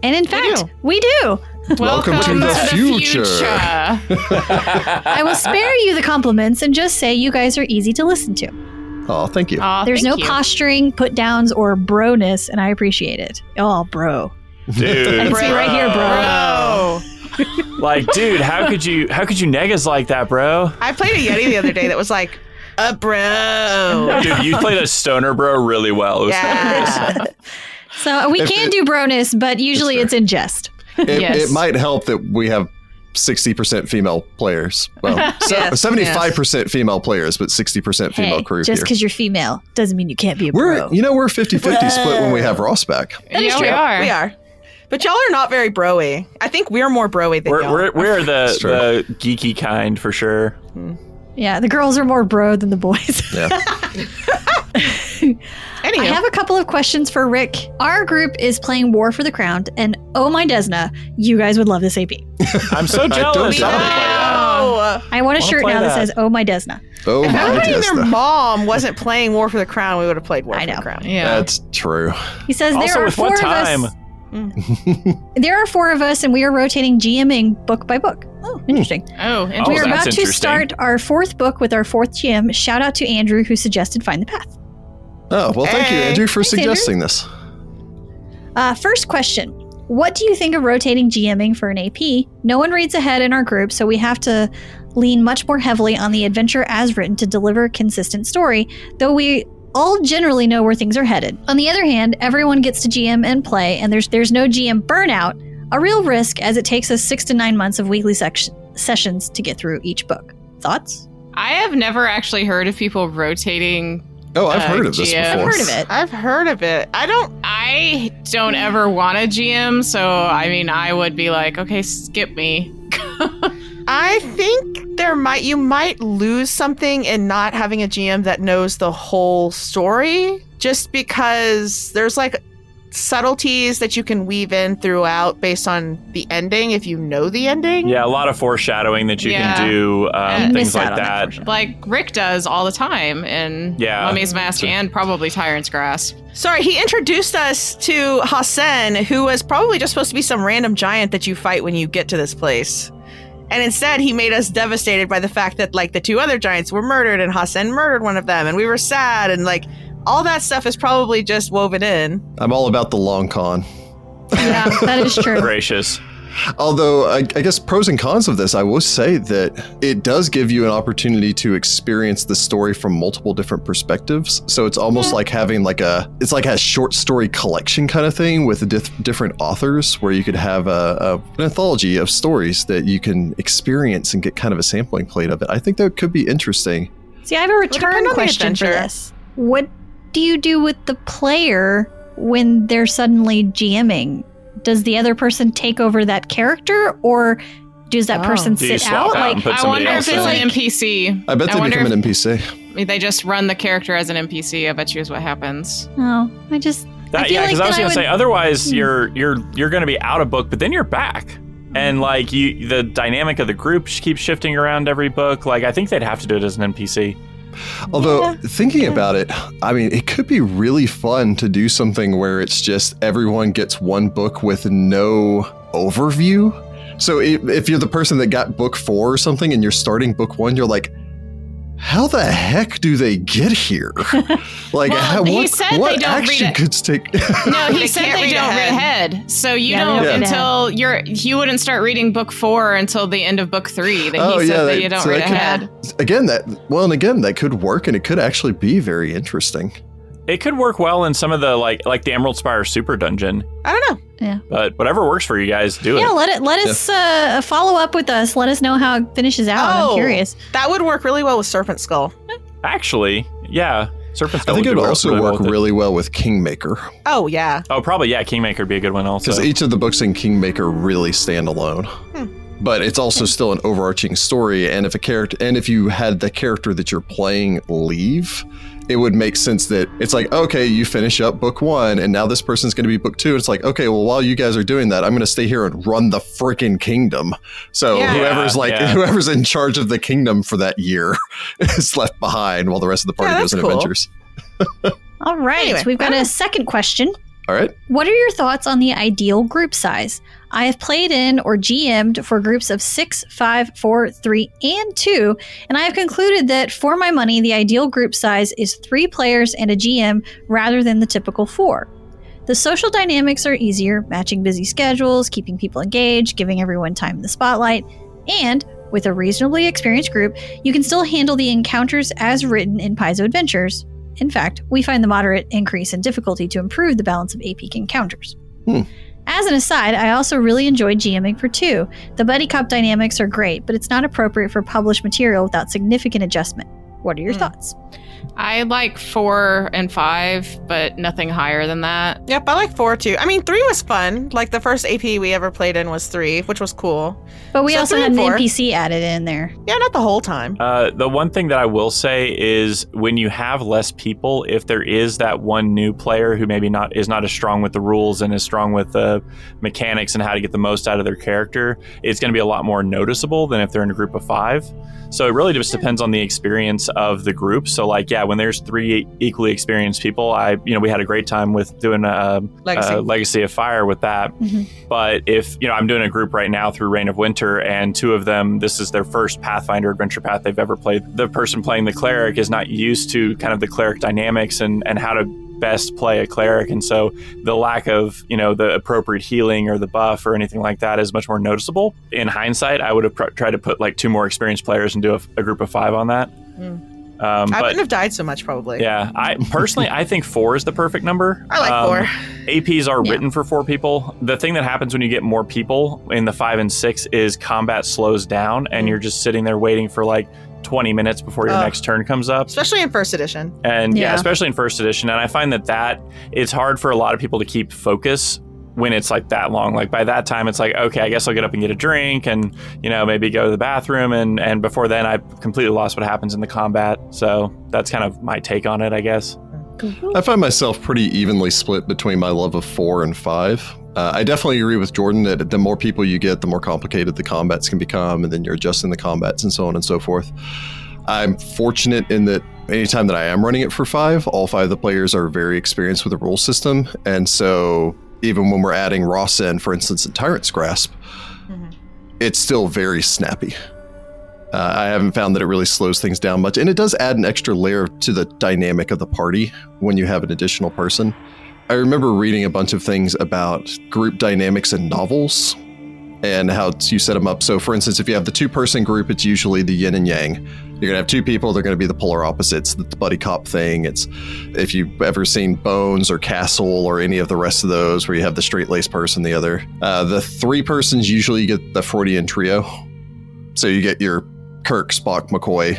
S1: And in fact,
S3: do.
S1: we do.
S4: Welcome to the future.
S5: future.
S1: I will spare you the compliments and just say you guys are easy to listen to.
S4: Oh, thank you.
S5: Aw,
S1: There's no
S5: thank you.
S1: posturing, put downs, or broness, and I appreciate it. Oh, bro.
S2: dude.
S1: I can see right here, bro.
S3: Bro.
S2: Like, dude, how could you how could you negas like that, bro?
S3: I played a Yeti the other day that was like, a bro.
S2: Dude, you played a stoner bro really well. It was hilarious.
S3: Yeah.
S1: So uh, we
S4: If
S1: can
S4: it-
S1: do broness, but usually
S4: fair.
S1: it's in jest.
S4: It,
S5: Yes.
S4: it might help that we have 60% female players. Well, se-
S3: Yes,
S4: 75% female players, but 60% female
S1: Hey,
S4: crew
S1: just
S4: here.
S1: because you're female doesn't mean you can't be a
S4: We're,
S1: bro.
S4: you know, we're 50 50 split when we have Ross back.
S5: Yeah,
S1: is
S5: we
S1: true.
S5: are.
S3: We are. But y'all are not very broy. I think we're more broy than
S2: We're,
S3: y'all.
S2: we're, we're the,
S4: That's true.
S2: the geeky kind for sure.
S1: yeah, the girls are more bro than the boys.
S4: Yeah.
S3: Anywho,
S1: I have a couple of questions for Rick. Our group is playing War for the Crown, and oh my Desna, you guys would love this AP.
S2: I'm so jealous.
S4: doubt
S2: I wanna play
S4: it.
S2: that.
S3: no.
S1: I want a
S2: Wanna
S1: shirt
S2: play
S1: now that
S2: that.
S1: says "Oh my Desna."
S4: Oh,
S3: If
S4: my
S3: everybody and
S4: goodness.
S3: their mom wasn't playing War for the Crown, we would have played War
S1: uh, I
S3: for
S1: know.
S3: the Crown.
S5: Yeah.
S4: That's true.
S1: He says
S2: Also,
S1: there are
S2: with
S1: four
S2: what
S1: of
S2: time?
S1: us. There are four of us, and we are rotating GMing book by book. Oh, interesting.
S5: Oh,
S2: Oh,
S1: we are
S5: interesting.
S1: about
S2: that's
S1: to
S2: interesting.
S1: start our fourth book with our fourth GM. Shout out to Andrew who suggested Find the Path.
S4: Oh, well, thank you,
S3: Hey.
S4: Andrew, for
S1: Thanks, Andrew.
S4: suggesting this.
S1: Uh, first question: What do you think of rotating GMing for an AP? No one reads ahead in our group, so we have to lean much more heavily on the adventure as written to deliver a consistent story, though we all generally know where things are headed. On the other hand, everyone gets to GM and play, and there's there's no GM burnout, a real risk as it takes us six to nine months of weekly section, sessions to get through each book. Thoughts?
S5: I have never actually heard of people rotating.
S4: Oh, I've
S5: Uh,
S4: heard of this
S5: GM.
S1: I've
S4: before.
S1: heard of it.
S3: I've heard of it. I don't.
S5: I don't ever want a GM, so I mean, I would be like, okay, skip me.
S3: I think there might you might lose something in not having a GM that knows the whole story, just because there's like subtleties that you can weave in throughout based on the ending if you know the ending.
S2: Yeah, a lot of foreshadowing that you
S5: Yeah.
S2: can do, um, things
S5: You
S1: miss out
S2: like
S1: on that
S2: that.
S1: portion.
S5: Like Rick does all the time in
S2: Yeah.
S5: Mummy's Mask and probably Tyrant's Grasp.
S3: Sorry, he introduced us to Hassan, who was probably just supposed to be some random giant that you fight when you get to this place. And instead, he made us devastated by the fact that, like, the two other giants were murdered and Hassan murdered one of them, and we were sad, and, like, all that stuff is probably just woven in.
S4: I'm all about the long con.
S1: Yeah, that is true.
S2: Gracious.
S4: Although, I, I guess pros and cons of this, I will say that it does give you an opportunity to experience the story from multiple different perspectives. So it's almost like having like a, it's like a short story collection kind of thing with dif- different authors where you could have a, a anthology of stories that you can experience and get kind of a sampling plate of it. I think that could be interesting.
S1: See, I have a
S3: depend on
S1: return
S3: the
S1: question for
S3: adventure.
S1: this. What do you do with the player when they're suddenly GMing? Does the other person take over that character, or does that
S5: Oh.
S1: person
S2: Do you
S1: sit
S2: swap
S1: out?
S2: out and
S1: Like,
S2: put
S5: I
S2: somebody
S5: wonder if
S2: else
S5: it's
S2: in?
S5: an NPC.
S4: I bet
S5: I
S4: they
S5: wonder
S4: become an NPC.
S5: They just run the character as an NPC. I bet you is what happens.
S1: no, oh, I just I
S2: That,
S1: feel
S2: yeah, because
S1: like
S2: I was
S1: that I
S2: gonna say
S1: would-
S2: otherwise
S1: Hmm.
S2: you're you're you're gonna be out of book, but then you're back,
S1: Hmm.
S2: and like you, the dynamic of the group sh- keeps shifting around every book. Like I think they'd have to do it as an NPC.
S4: Although
S1: Yeah.
S4: thinking about it, I mean, it could be really fun to do something where it's just everyone gets one book with no overview. So if, if you're the person that got book four or something and you're starting book one, you're like, how the heck do they get here? Like,
S5: Well,
S4: how,
S5: he
S4: what,
S5: said they
S4: what
S5: don't read
S4: action
S5: it.
S4: could take?
S5: No, he
S3: They
S5: said
S3: can't
S5: they
S3: read
S5: don't read
S3: ahead.
S5: ahead. So you
S1: Yeah, they
S5: don't
S1: don't read
S5: until you're you wouldn't start reading book four until the end of book three. That
S4: Oh,
S5: he said
S4: yeah,
S5: that
S4: they-
S5: you don't
S4: so
S5: read
S4: they can-
S5: ahead.
S4: again, that well, and again, that could work, and it could actually be very interesting.
S2: It could work well in some of the like like the Emerald Spire Super Dungeon,
S3: I don't know.
S2: but whatever works for you guys, do
S1: yeah,
S2: it.
S1: let it let us uh, follow up with us. Let us know how it finishes out. I'm
S3: Oh.
S1: curious.
S3: That would work really well with Serpent Skull.
S2: Actually, yeah, Serpent.
S4: I
S2: Skull
S4: think it
S2: do
S4: would also
S2: well
S4: work
S2: with it.
S4: really well with Kingmaker
S3: Oh, yeah.
S2: Oh, probably yeah. Kingmaker would be a good one also.
S3: Hmm.
S4: because each of the books in Kingmaker really stand alone. but it's also still an overarching story. And if a character, and if you had the character that you're playing leave, it would make sense that it's like, okay, you finish up book one, and now this person's going to be book two. It's like, okay, well, while you guys are doing that, I'm going to stay here and run the freaking kingdom. So
S3: Yeah.
S4: whoever's like,
S2: Yeah.
S4: whoever's in charge of the kingdom for that year is left behind while the rest of the party
S3: Yeah,
S4: goes
S3: that's
S4: on
S3: cool.
S4: adventures.
S1: All right,
S3: Anyway, Ah.
S1: we've got
S3: I
S1: a second question.
S4: All right.
S1: What are your thoughts on the ideal group size? I have played in or GM'd for groups of six, five, four, three, and two, and I have concluded that for my money, the ideal group size is three players and a GM rather than the typical four. The social dynamics are easier, matching busy schedules, keeping people engaged, giving everyone time in the spotlight, and with a reasonably experienced group, you can still handle the encounters as written in Paizo Adventures. In fact, we find the moderate increase in difficulty to improve the balance of AP encounters.
S4: Hmm.
S1: As an aside, I also really enjoy GMing for two. The buddy cop dynamics are great, but it's not appropriate for published material without significant adjustment. What are your
S3: Hmm.
S1: thoughts?
S5: I like four and five, but nothing higher than that.
S3: Yep, I like four too. I mean, three was fun. Like the first AP we ever played in was three, which was cool.
S1: But we
S3: So
S1: also
S3: three
S1: had
S3: and
S1: an
S3: four.
S1: NPC added in there.
S3: Yeah, not the whole time.
S2: Uh, the one thing that I will say is when you have less people, if there is that one new player who maybe not is not as strong with the rules and as strong with the mechanics and how to get the most out of their character, it's going to be a lot more noticeable than if they're in a group of five. So it really just depends on the experience of the group. So like, yeah, when there's three equally experienced people, I you know we had a great time with doing um,
S3: Legacy. Mm-hmm.
S2: uh, Legacy of Fire with that.
S1: Mhm.
S2: But if, you know, I'm doing a group right now through Reign of Winter, and two of them, this is their first Pathfinder adventure path they've ever played. The person playing the cleric is not used to kind of the cleric dynamics and, and how to best play a cleric. And so the lack of, you know, the appropriate healing or the buff or anything like that is much more noticeable. In hindsight, I would have pr- tried to put like two more experienced players and do a, a group of five on that.
S3: Mm.
S2: Um,
S3: I
S2: but
S3: wouldn't have died so much probably.
S2: yeah, I personally I think four is the perfect number.
S3: I like
S2: Um,
S3: four.
S2: APs are
S1: Yeah.
S2: written for four people. The thing that happens when you get more people in the five and six is combat slows down,
S1: Mm.
S2: and you're just sitting there waiting for like 20 minutes before your
S3: Ugh.
S2: next turn comes up.
S3: Especially in first edition.
S2: And yeah.
S1: Yeah.
S2: especially in first edition. And I find that that it's hard for a lot of people to keep focus when it's like that long. Like by that time, it's like okay, I guess I'll get up and get a drink, and you know maybe go to the bathroom, and and before then, I've completely lost what happens in the combat. So that's kind of my take on it, I guess.
S4: I find myself pretty evenly split between my love of four and five. Uh, I definitely agree with Jordan that the more people you get, the more complicated the combats can become, and then you're adjusting the combats and so on and so forth. I'm fortunate in that anytime that I am running it for five, all five of the players are very experienced with the rule system. And so even when we're adding Ross in, for instance, in Tyrant's Grasp,
S3: Mhm.
S4: it's still very snappy. Uh, I haven't found that it really slows things down much. And it does add an extra layer to the dynamic of the party when you have an additional person. I remember reading a bunch of things about group dynamics in novels and how t- you set them up. So, for instance, if you have the two person group, it's usually the yin and yang. You're going to have two people, they're going to be the polar opposites, the buddy cop thing. It's if you've ever seen Bones or Castle or any of the rest of those where you have the straight laced person, the other. Uh, the three persons usually you get the Freudian trio. So, you get your Kirk, Spock, McCoy,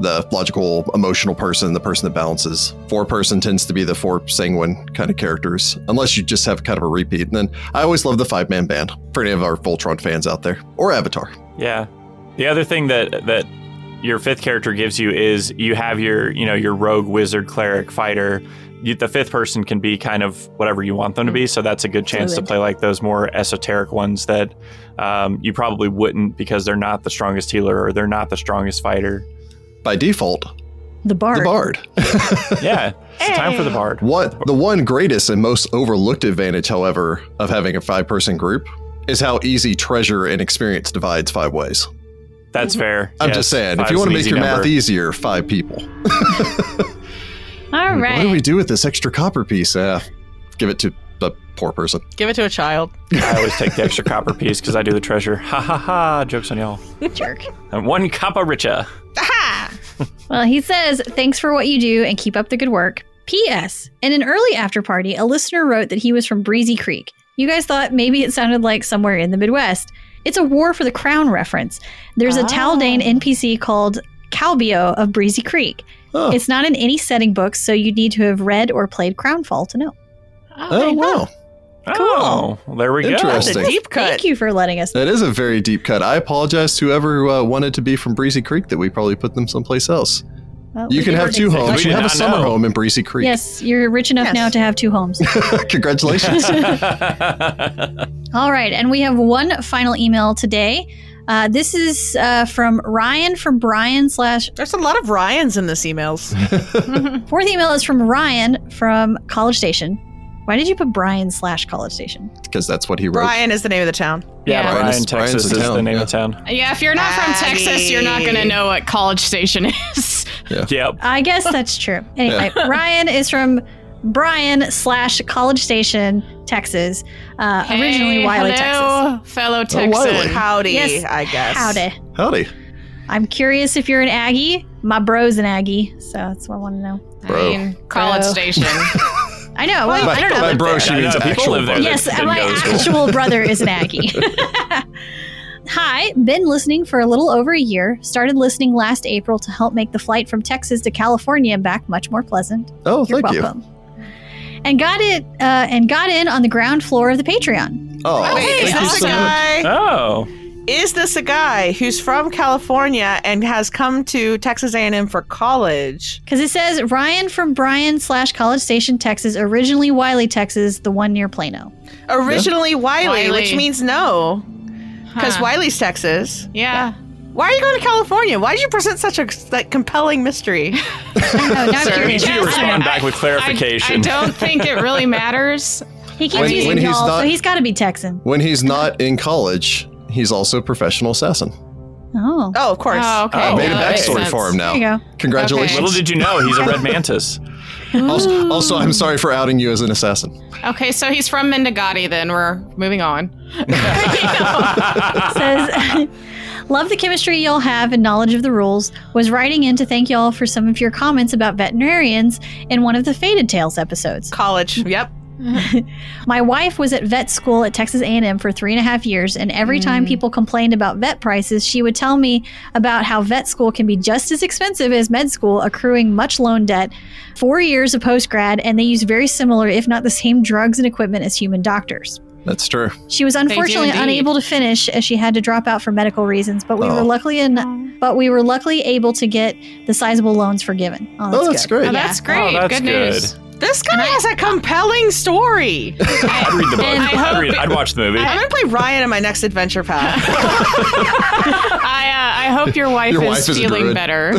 S4: the logical, emotional person, the person that balances. Four person tends to be the four sanguine kind of characters, unless you just have kind of a repeat. And then I always love the five man band for any of our Voltron fans out there or Avatar.
S2: Yeah. The other thing that that your fifth character gives you is you have your you know your rogue wizard cleric fighter. You, the fifth person can be kind of whatever you want them to be, so that's a good chance
S1: Fluid.
S2: to play like those more esoteric ones that um, you probably wouldn't because they're not the strongest healer or they're not the strongest fighter.
S4: By default,
S1: The bar.
S4: the bard.
S2: Yeah, it's time for the
S3: Hey.
S2: bard.
S4: What the one greatest and most overlooked advantage, however, of having a five person group is how easy treasure and experience divides five ways.
S2: That's fair.
S4: I'm
S2: Yes,
S4: just saying, if
S2: five's
S4: you want
S2: an
S4: to make
S2: easy
S4: your math
S2: number.
S4: easier, five people.
S1: All
S4: What do we
S1: right.
S4: do with this extra copper piece? Ah, give it to the poor person.
S3: Give it to a child.
S4: e-
S2: I always take the extra copper piece because I do the treasure. Ha ha ha! Jokes on y'all.
S1: Jerk.
S2: And one copper richer.
S3: Aha!
S1: Well, he says, thanks for what you do and keep up the good work. P.S. In an early after party, a listener wrote that he was from Breezy Creek. You guys thought maybe it sounded like somewhere in the Midwest. It's a War for the Crown reference. There's a
S5: Ah.
S1: Taldane NPC called Calbio of Breezy Creek.
S4: Oh,
S1: It's not in any setting books, so you'd need to have read or played Crownfall to know.
S4: oh wow.
S2: Oh, well, there we go.
S4: Interesting.
S3: That's a deep cut.
S1: Thank you for letting us.
S4: That is a very deep cut. I apologize to whoever uh, wanted to be from Breezy Creek that we probably put them someplace else.
S1: Well,
S4: You
S1: we
S4: can
S1: did
S4: have
S1: work
S4: two
S1: it.
S2: We
S4: homes.
S2: did
S4: You have a
S2: not
S4: summer
S2: know.
S4: home in Breezy Creek.
S1: Yes, you're rich enough
S3: Yes.
S1: now to have two homes.
S4: Congratulations.
S1: All right, and we have one final email today. Uh, this is uh, from Ryan from Brian slash.
S3: There's a lot of Ryans in this emails.
S1: Fourth email is from Ryan from College Station. Why did you put Brian slash College Station?
S4: Because that's what he wrote.
S3: Brian is the name of the town.
S2: yeah,
S5: Yeah.
S2: Bryan,
S4: Brian's-
S2: Texas
S4: Bryan's a
S2: is the
S4: town,
S2: name
S4: yeah.
S2: of town.
S5: Yeah, if you're not from
S3: Aggie.
S5: Texas, you're not going to know what College Station is.
S2: Yep.
S1: I guess that's true. Anyway, Ryan is from Brian slash College Station, Texas. Uh, originally Wiley, Texas.
S5: hello, fellow Texan.
S4: Oh, Wiley.
S3: Howdy,
S1: Yes,
S3: I guess.
S1: Howdy.
S4: Howdy.
S1: I'm curious if you're an Aggie. My bro's an Aggie, so that's what I want to know.
S4: Bro.
S5: I mean, College
S1: Bro.
S5: Station.
S1: I know. Well,
S4: By-
S1: I don't know.
S4: by bro, she
S2: I know,
S4: means
S2: people
S4: actual
S2: live there.
S4: brother.
S1: Yes,
S2: didn't
S1: my
S2: go to school.
S1: actual brother is an Aggie. Hi, been listening for a little over a year. Started listening last April to help make the flight from Texas to California and back much more pleasant.
S4: Oh,
S1: You're
S4: thank you.
S1: welcome. And got it, uh, and got in on the ground floor of the Patreon.
S4: Oh,
S3: Wait,
S5: Hey,
S3: is
S4: thank you
S3: this a
S4: so much.
S3: guy?
S2: Oh,
S3: Is this a guy who's from California and has come to Texas A&M for college?
S1: Because it says Ryan from Bryan slash College Station, Texas, originally Wiley, Texas, the one near Plano.
S3: Originally Wiley,
S5: Wiley.
S3: which means no, because
S5: Huh.
S3: Wiley's Texas.
S5: Yeah.
S3: Why are you going to California? Why did you present such a like compelling mystery?
S1: I don't know, now I'm
S5: Sorry.
S1: curious.
S2: did you respond
S5: I-
S2: back with
S5: I, I
S2: clarification?
S5: don't think it really matters.
S1: He keeps
S4: When-
S1: using
S4: when he's
S1: y'all,
S4: not-
S1: so he's got to be Texan.
S4: When he's not in college, he's also a professional assassin.
S1: Oh,
S3: Oh, of course.
S5: Oh, okay.
S4: I made a
S5: Yeah, that makes
S4: backstory
S5: sense.
S4: for him
S1: there you
S4: now.
S1: go.
S4: Congratulations.
S2: Little did you know, he's a red mantis.
S4: Also, also, I'm sorry for outing you as an assassin.
S5: Okay, so he's from Mendocati then. We're moving on.
S1: says, Love the chemistry y'all have and knowledge of the rules. Was writing in to thank y'all for some of your comments about veterinarians in one of the Faded Tales episodes.
S3: College. Yep.
S1: My wife was at vet school at Texas A&M for three and a half years, and every time people complained about vet prices, she would tell me about how vet school can be just as expensive as med school, accruing much loan debt, four years of post grad, and they use very similar, if not the same, drugs and equipment as human doctors.
S4: That's true.
S1: She was
S5: do
S1: unfortunately
S5: indeed.
S1: unable to finish as she had to drop out for medical reasons, but we
S4: Oh.
S1: were luckily in, but we were luckily able to get the sizable loans forgiven. Oh, that's,
S4: oh, that's
S1: good.
S5: Oh,
S4: great.
S5: that's great.
S2: Oh, that's
S5: good,
S2: good.
S5: news.
S3: This guy has a compelling story.
S2: I'd read the book.
S5: And I
S2: I'd,
S5: hope
S2: read,
S5: it-
S2: I'd watch the movie.
S3: I'm going to play Ryan in my next adventure path.
S5: I, uh, I hope your wife
S4: Your
S5: is
S4: wife is a
S5: feeling
S4: druid.
S5: better.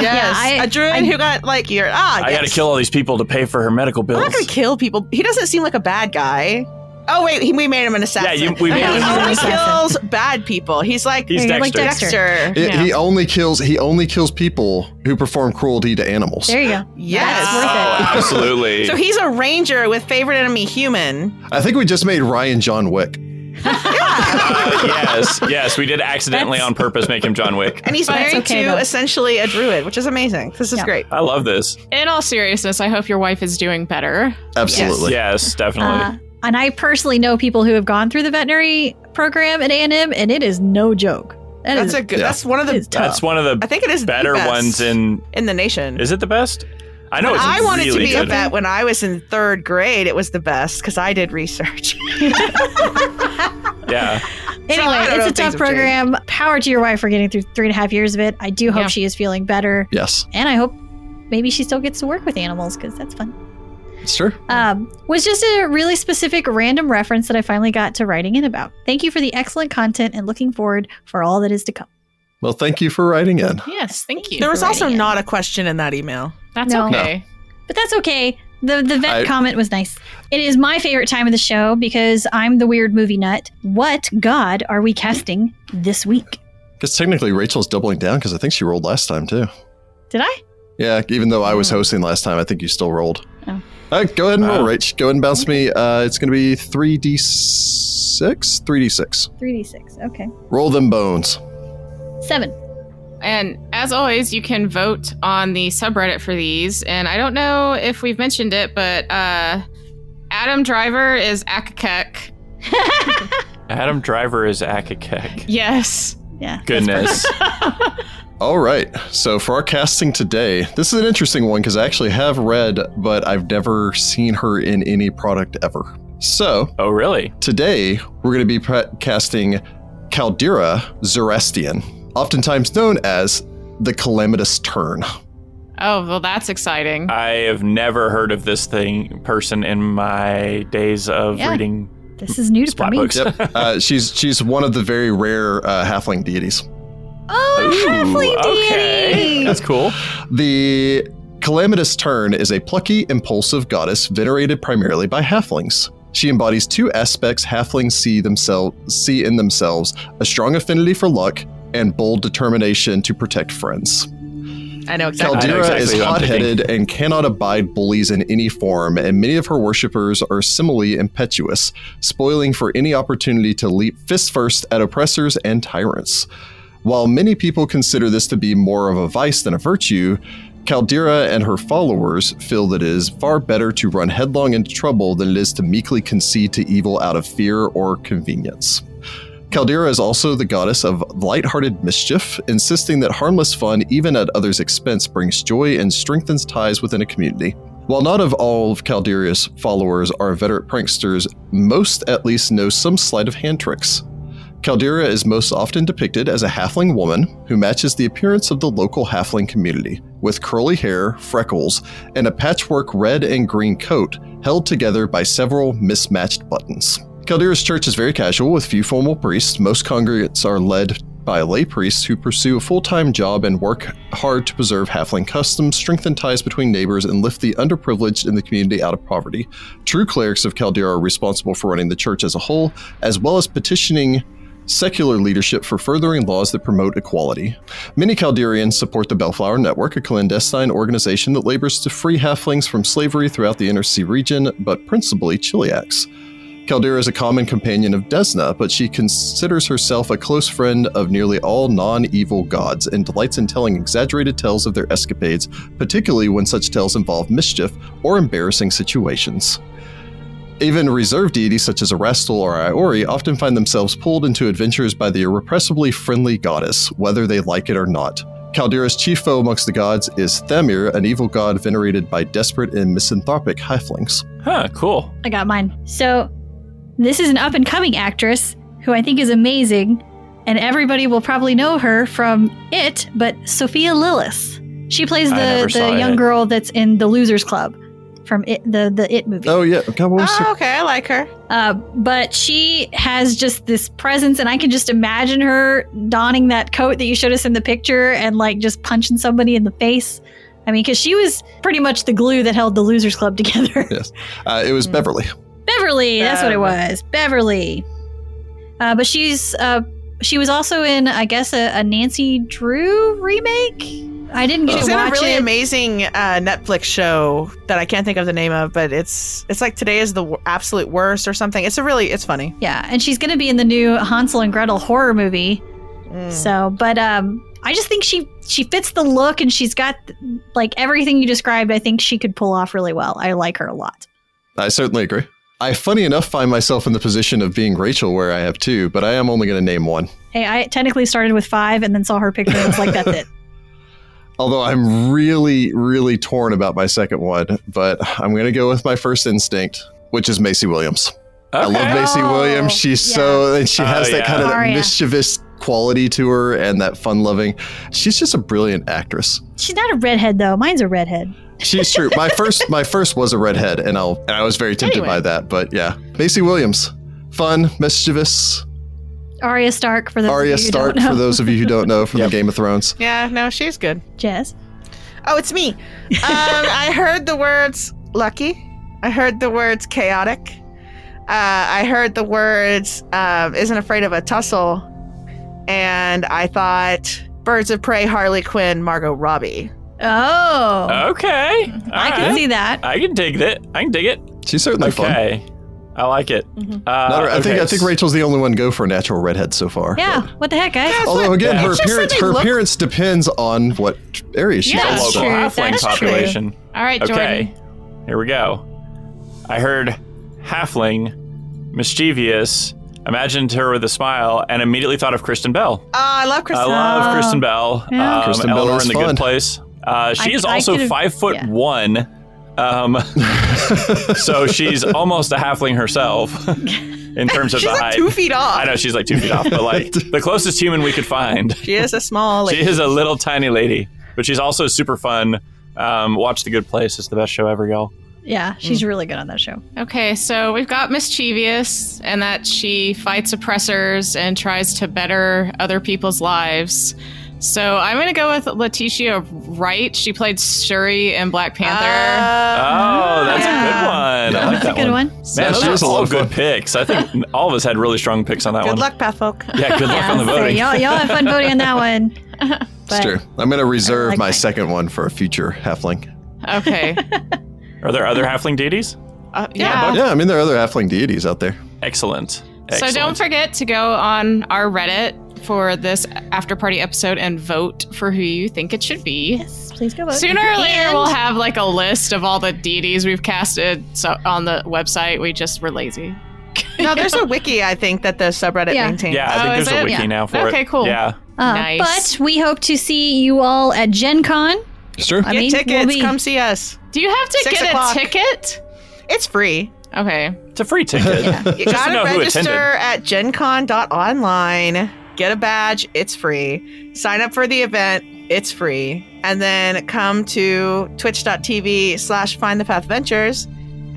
S3: yes.
S1: I-
S3: a druid who got like your ah.
S2: I got to
S3: yes.
S2: kill all these people to pay for her medical
S3: I'm
S2: bills.
S3: not gonna kill people. He doesn't seem like a bad guy. Oh wait, he, we made him an assassin.
S2: Yeah, you- we
S3: And
S2: made
S3: he
S2: him an
S3: only
S1: assassin.
S3: kills bad people. He's like
S2: He's
S1: You're
S2: Dexter.
S1: like Dexter.
S3: Dexter.
S4: It-
S5: Yeah.
S4: He only kills. He only kills people who perform cruelty to animals.
S1: There you go.
S3: Yes.
S1: That's worth it.
S2: Oh, absolutely.
S3: So he's a ranger with favorite enemy human.
S4: I think we just made Ryan John Wick.
S2: Uh, yes, yes, we did accidentally
S1: That's-
S2: on purpose make him John Wick.
S3: And he's
S5: But
S1: it's
S3: married
S1: okay,
S3: to
S1: though.
S3: essentially a druid, which is amazing. This is
S1: Yeah.
S3: great.
S2: I love this.
S5: In all seriousness, I hope your wife is doing better.
S4: Absolutely.
S2: Yes, definitely.
S1: Uh, and I personally know people who have gone through the veterinary program at A&M, and it is no joke. That
S3: That's
S1: is-
S3: a good
S4: Yeah.
S3: that's one of the
S1: It's
S2: That's one of
S3: I
S2: the
S3: think it is the
S2: better
S3: best
S2: ones in.
S3: in the nation.
S2: Is it the best? I know it's
S3: I wanted
S2: really
S3: to be
S2: good.
S3: a vet when I was in third grade. It was the best because I did research.
S2: Yeah.
S3: So I
S1: anyway,
S3: don't know
S1: it's a
S3: if things
S1: tough
S3: have changed.
S1: program. Power to your wife for getting through three and a half years of it. I do hope
S5: Yeah.
S1: she is feeling better,
S4: Yes.
S1: and I hope maybe she still gets to work with animals because that's fun.
S4: It's true.
S1: um, was just a really specific random reference that I finally got to writing in about. Thank you for the excellent content and looking forward for all that is to come.
S4: Well, thank you for writing in.
S5: Yes, thank you.
S3: there was
S1: for
S3: also
S1: writing it.
S3: not a question in that email.
S5: That's
S1: No.
S5: okay.
S1: But that's okay. The the vet
S4: I-
S1: comment was nice. It is my favorite time of the show because I'm the weird movie nut. What god are we casting this week?
S4: Because technically, Rachel's doubling down because I think she rolled last time too.
S1: Did I?
S4: Yeah, even though I was hosting last time, I think you still rolled.
S1: Oh.
S4: All right, go ahead and roll,
S2: Uh,
S4: Rach. Go ahead and bounce me. Uh, it's going to be 3d6. 3d6.
S1: 3d6. Okay.
S4: Roll them bones.
S1: 7.
S5: And as always, you can vote on the subreddit for these. And I don't know if we've mentioned it, but uh, Adam Driver is Akakek.
S2: Adam Driver is Akakek.
S5: Yes.
S1: Yeah.
S2: Goodness.
S4: All right. So for our casting today, this is an interesting one because I actually have read, but I've never seen her in any product ever. So
S2: Oh, really?
S4: today we're going to be pre- casting Caldera Zerestian, oftentimes known as the Calamitous Turn.
S5: Oh, well, that's exciting.
S2: I have never heard of this thing person in my days of
S1: Yeah.
S2: reading
S1: This is new for
S2: splat
S1: me.
S2: books.
S4: Yep, uh, she's she's one of the very rare uh, halfling deities.
S1: Oh,
S2: Ooh,
S1: halfling
S2: okay.
S1: deity.
S2: That's cool.
S4: The Calamitous Turn is a plucky, impulsive goddess venerated primarily by halflings. She embodies two aspects halflings see themselves see in themselves: a strong affinity for luck and bold determination to protect friends.
S3: I know exactly.
S2: I know
S4: Caldera
S2: exactly
S4: is
S2: who I'm
S4: hot headed and cannot abide bullies in any form, and many of her worshippers are similarly impetuous, spoiling for any opportunity to leap fist first at oppressors and tyrants. While many people consider this to be more of a vice than a virtue, Caldera and her followers feel that it is far better to run headlong into trouble than it is to meekly concede to evil out of fear or convenience. Caldera is also the goddess of lighthearted mischief, insisting that harmless fun, even at others' expense, brings joy and strengthens ties within a community. While not of all of Caldera's followers are veteran pranksters, most at least know some sleight of hand tricks. Caldera is most often depicted as a halfling woman who matches the appearance of the local halfling community, with curly hair, freckles, and a patchwork red and green coat held together by several mismatched buttons. Caldera's church is very casual with few formal priests. Most congregants are led by lay priests who pursue a full time job and work hard to preserve halfling customs, strengthen ties between neighbors, and lift the underprivileged in the community out of poverty. True clerics of Caldera are responsible for running the church as a whole, as well as petitioning secular leadership for furthering laws that promote equality. Many Calderians support the Bellflower Network, a clandestine organization that labors to free halflings from slavery throughout the Inner Sea region, but principally Chiliacs. Caldera is a common companion of Desna, but she considers herself a close friend of nearly all non evil gods and delights in telling exaggerated tales of their escapades, particularly when such tales involve mischief or embarrassing situations. Even reserved deities such as Erastil or Iori often find themselves pulled into adventures by the irrepressibly friendly goddess, whether they like it or not. Caldera's chief foe amongst the gods is Thamir, an evil god venerated by desperate and misanthropic halflings.
S2: Huh, cool.
S1: I got mine. So, this is an up and coming actress who I think is amazing, and everybody will probably know her from it, but Sophia Lillis. She plays
S2: I
S1: the,
S2: never saw
S1: the young
S2: it.
S1: girl that's in the Losers Club from it, the, the It movie.
S4: Oh, yeah. God, what was her-
S3: Oh, okay, I like her.
S1: Uh, but she has just this presence, and I can just imagine her donning that coat that you showed us in the picture and like just punching somebody in the face. I mean, because she was pretty much the glue that held the Losers Club together.
S4: uh, it was
S5: Hmm.
S4: Beverly.
S1: Beverly, that's what it
S3: Beverly.
S1: was. Beverly. Uh, but she's uh, she was also in, I guess, a, a Nancy Drew remake. I didn't get
S3: She's
S1: to
S3: in a
S1: watch
S3: really
S1: it.
S3: amazing uh, Netflix show that I can't think of the name of, but it's it's like today is the w- absolute worst or something. It's a really it's funny.
S1: yeah, and she's going to be in the new Hansel and Gretel horror movie.
S3: Mm.
S1: So, but um, I just think she she fits the look, and she's got like everything you described. I think she could pull off really well. I like her a lot.
S4: I certainly agree. I, funny enough, find myself in the position of being Rachel, where I have two, but I am only going to name one.
S1: Hey, I technically started with five, and then saw her picture and was like, "That's it."
S4: Although I'm really, really torn about my second one, but I'm going to go with my first instinct, which is Macy Williams. I love
S2: Okay.
S4: Macy
S3: Oh,
S4: Williams. She's so, and she
S2: Oh,
S4: has that
S2: yeah.
S4: kind of that
S1: Aria.
S4: mischievous quality to her and that fun loving. She's just a brilliant actress.
S1: She's not a redhead though. Mine's a redhead.
S4: She's true. my first, my first was a redhead, and I'll, and I was very tempted
S3: Anyway.
S4: by that. But yeah, Macy Williams, fun, mischievous.
S1: Arya Stark for the
S4: Arya Stark, for those of you who don't know from the Game of Thrones.
S3: Yeah, no, she's good.
S1: Jess.
S3: Oh, it's me. Um, I heard the words lucky. I heard the words chaotic. Uh, I heard the words um, isn't afraid of a tussle. And I thought Birds of Prey, Harley Quinn, Margot Robbie.
S1: Oh,
S2: Okay.
S4: Oh,
S1: I can
S2: Alright.
S1: see that.
S2: I can dig it. I can dig it.
S4: She's certainly fun.
S2: Okay. I like it.
S1: Mm-hmm.
S3: Mhm.
S2: Uh,
S4: Not- I think
S2: okay.
S4: I think Rachel's the only one go for a natural redhead so far.
S1: Yeah. What the heck, guys?
S3: Yeah,
S4: Although again,
S2: Yeah.
S4: her
S3: It's just that
S4: appearance
S3: they
S4: her
S3: look-
S4: appearance depends on what area she
S5: Yeah,
S2: The
S4: is.
S1: that's
S2: local
S1: true.
S2: halfling
S1: That's
S2: population.
S5: All right,
S2: Okay.
S5: Jordan.
S2: Here we go. I heard halfling, mischievous, imagined her with a smile, and immediately thought of Kristen Bell.
S3: Oh, I
S2: I
S3: love Kristen.
S2: love
S1: Oh.
S2: Kristen Bell.
S1: Yeah.
S2: Um,
S4: Kristen Bell
S2: Eleanor
S4: is
S2: in the
S4: fun.
S2: Good Place. Uh, she
S1: I-
S2: is
S1: I
S2: also
S1: could've-
S2: five foot
S1: yeah.
S2: one. Um, so she's almost a halfling herself in terms of
S3: She's
S2: the
S3: like
S2: height.
S3: two feet off.
S2: I know she's like two feet off, but like the closest human we could find.
S3: She is a small.
S2: She
S3: Like,
S2: is a little tiny lady, but she's also super fun. Um, watch The Good Place. It's the best show ever, y'all.
S1: Yeah, she's really good on that show.
S5: Okay, so we've got Mischievous, and that she fights oppressors and tries to better other people's lives. So I'm going to go with Letitia Wright. She played Shuri in Black
S1: Uh,
S3: Uh,
S5: Panther.
S2: Oh, that's
S3: yeah.
S2: a good one. I like
S1: That's
S2: that
S1: a good one.
S2: one. Man,
S4: That
S2: those
S4: was
S2: are
S4: a lot
S2: all
S4: of
S2: good
S4: fun.
S2: picks. I think all of us had really strong picks on that
S3: Good
S2: one.
S3: luck, Patfolk.
S2: Yeah, good luck on the
S1: so
S2: voting.
S1: y'all, y'all have fun voting on that one.
S4: It's
S1: But
S4: true. I'm going to reserve
S1: like
S4: my
S1: mine.
S4: second one for a future halfling.
S5: Okay.
S2: Are there other halfling deities?
S5: Uh,
S3: Yeah,
S5: yeah.
S4: Yeah, I mean, there are other halfling deities out there.
S2: Excellent.
S5: So
S2: Excellent.
S5: don't forget to go on our Reddit for this after party episode and vote for who you think it should be.
S1: yes, please go vote.
S5: Sooner or later,
S1: And-
S5: we'll have like a list of all the deities we've casted so on the website. We just were lazy.
S3: No, there's a wiki. I think that the subreddit
S1: Yeah.
S3: maintains.
S2: Yeah, I think
S5: Oh, is
S2: there's a
S5: it?
S2: wiki
S1: Yeah.
S2: now for it.
S5: Okay, cool.
S2: Yeah.
S1: Uh,
S5: Nice.
S1: But we hope to see you all at Gen Con.
S4: Sure.
S1: I
S3: Get
S1: mean,
S3: tickets.
S1: we'll be-
S3: Come see us.
S5: Do you have to
S3: Six
S5: get
S3: o'clock.
S5: a ticket?
S3: It's free.
S5: Okay.
S2: It's a free ticket.
S3: You
S2: Just to know
S3: gotta
S2: who
S3: register
S2: attended.
S3: at gencon.online. Get a badge, it's free. Sign up for the event, it's free. And then come to twitch.tv slash find the path ventures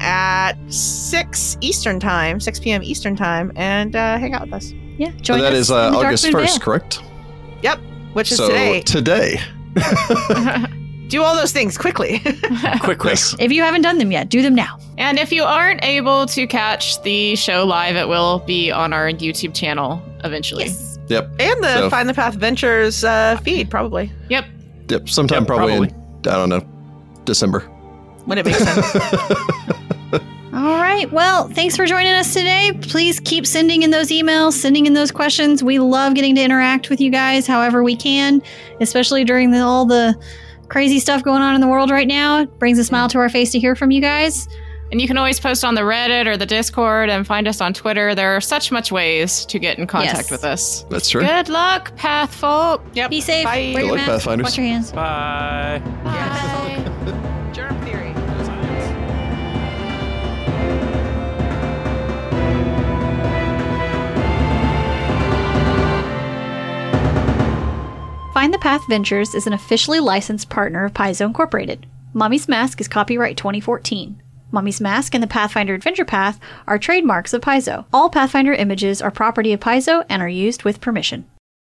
S3: at 6 Eastern time, 6 p.m. Eastern time, and uh, hang out with us,
S1: Yeah,
S4: So
S1: join
S4: that
S1: us
S4: is
S1: in
S4: uh,
S1: the dark
S4: August
S1: moon
S4: 1st,
S1: veil.
S4: correct?
S3: which is
S4: so
S3: today.
S4: today.
S3: Do all those things quickly.
S2: Quick, quick.
S4: Yes.
S1: If you haven't done them yet, do them now.
S5: And if you aren't able to catch the show live, it will be on our YouTube channel eventually.
S1: Yes.
S4: Yep.
S3: and the
S4: So-
S3: Find the Path Ventures uh, feed, probably,
S5: Yep.
S4: Yep. Sometime
S2: Yeah,
S4: probably, in, I don't know, December.
S3: when it makes sense.
S1: All right. Well, thanks for joining us today. Please keep sending in those emails, sending in those questions. We love getting to interact with you guys however we can, especially during the, all the crazy stuff going on in the world right now. It brings a smile to our face to hear from you guys.
S5: And you can always post on the Reddit or the Discord and find us on Twitter. There are such much ways to get in contact
S1: Yes.
S5: with us.
S4: That's true.
S5: Good luck, path folk.
S3: Yep.
S1: Be safe.
S3: Bye.
S1: Wear
S4: Good
S1: your
S4: luck,
S1: mask.
S4: Pathfinders.
S1: Wash your hands.
S2: Bye.
S5: Bye.
S3: Germ theory.
S1: Find the Path Ventures is an officially licensed partner of Paizo Incorporated. Mommy's Mask is copyright 2014. Mommy's Mask and the Pathfinder Adventure Path are trademarks of Paizo. All Pathfinder images are property of Paizo and are used with permission.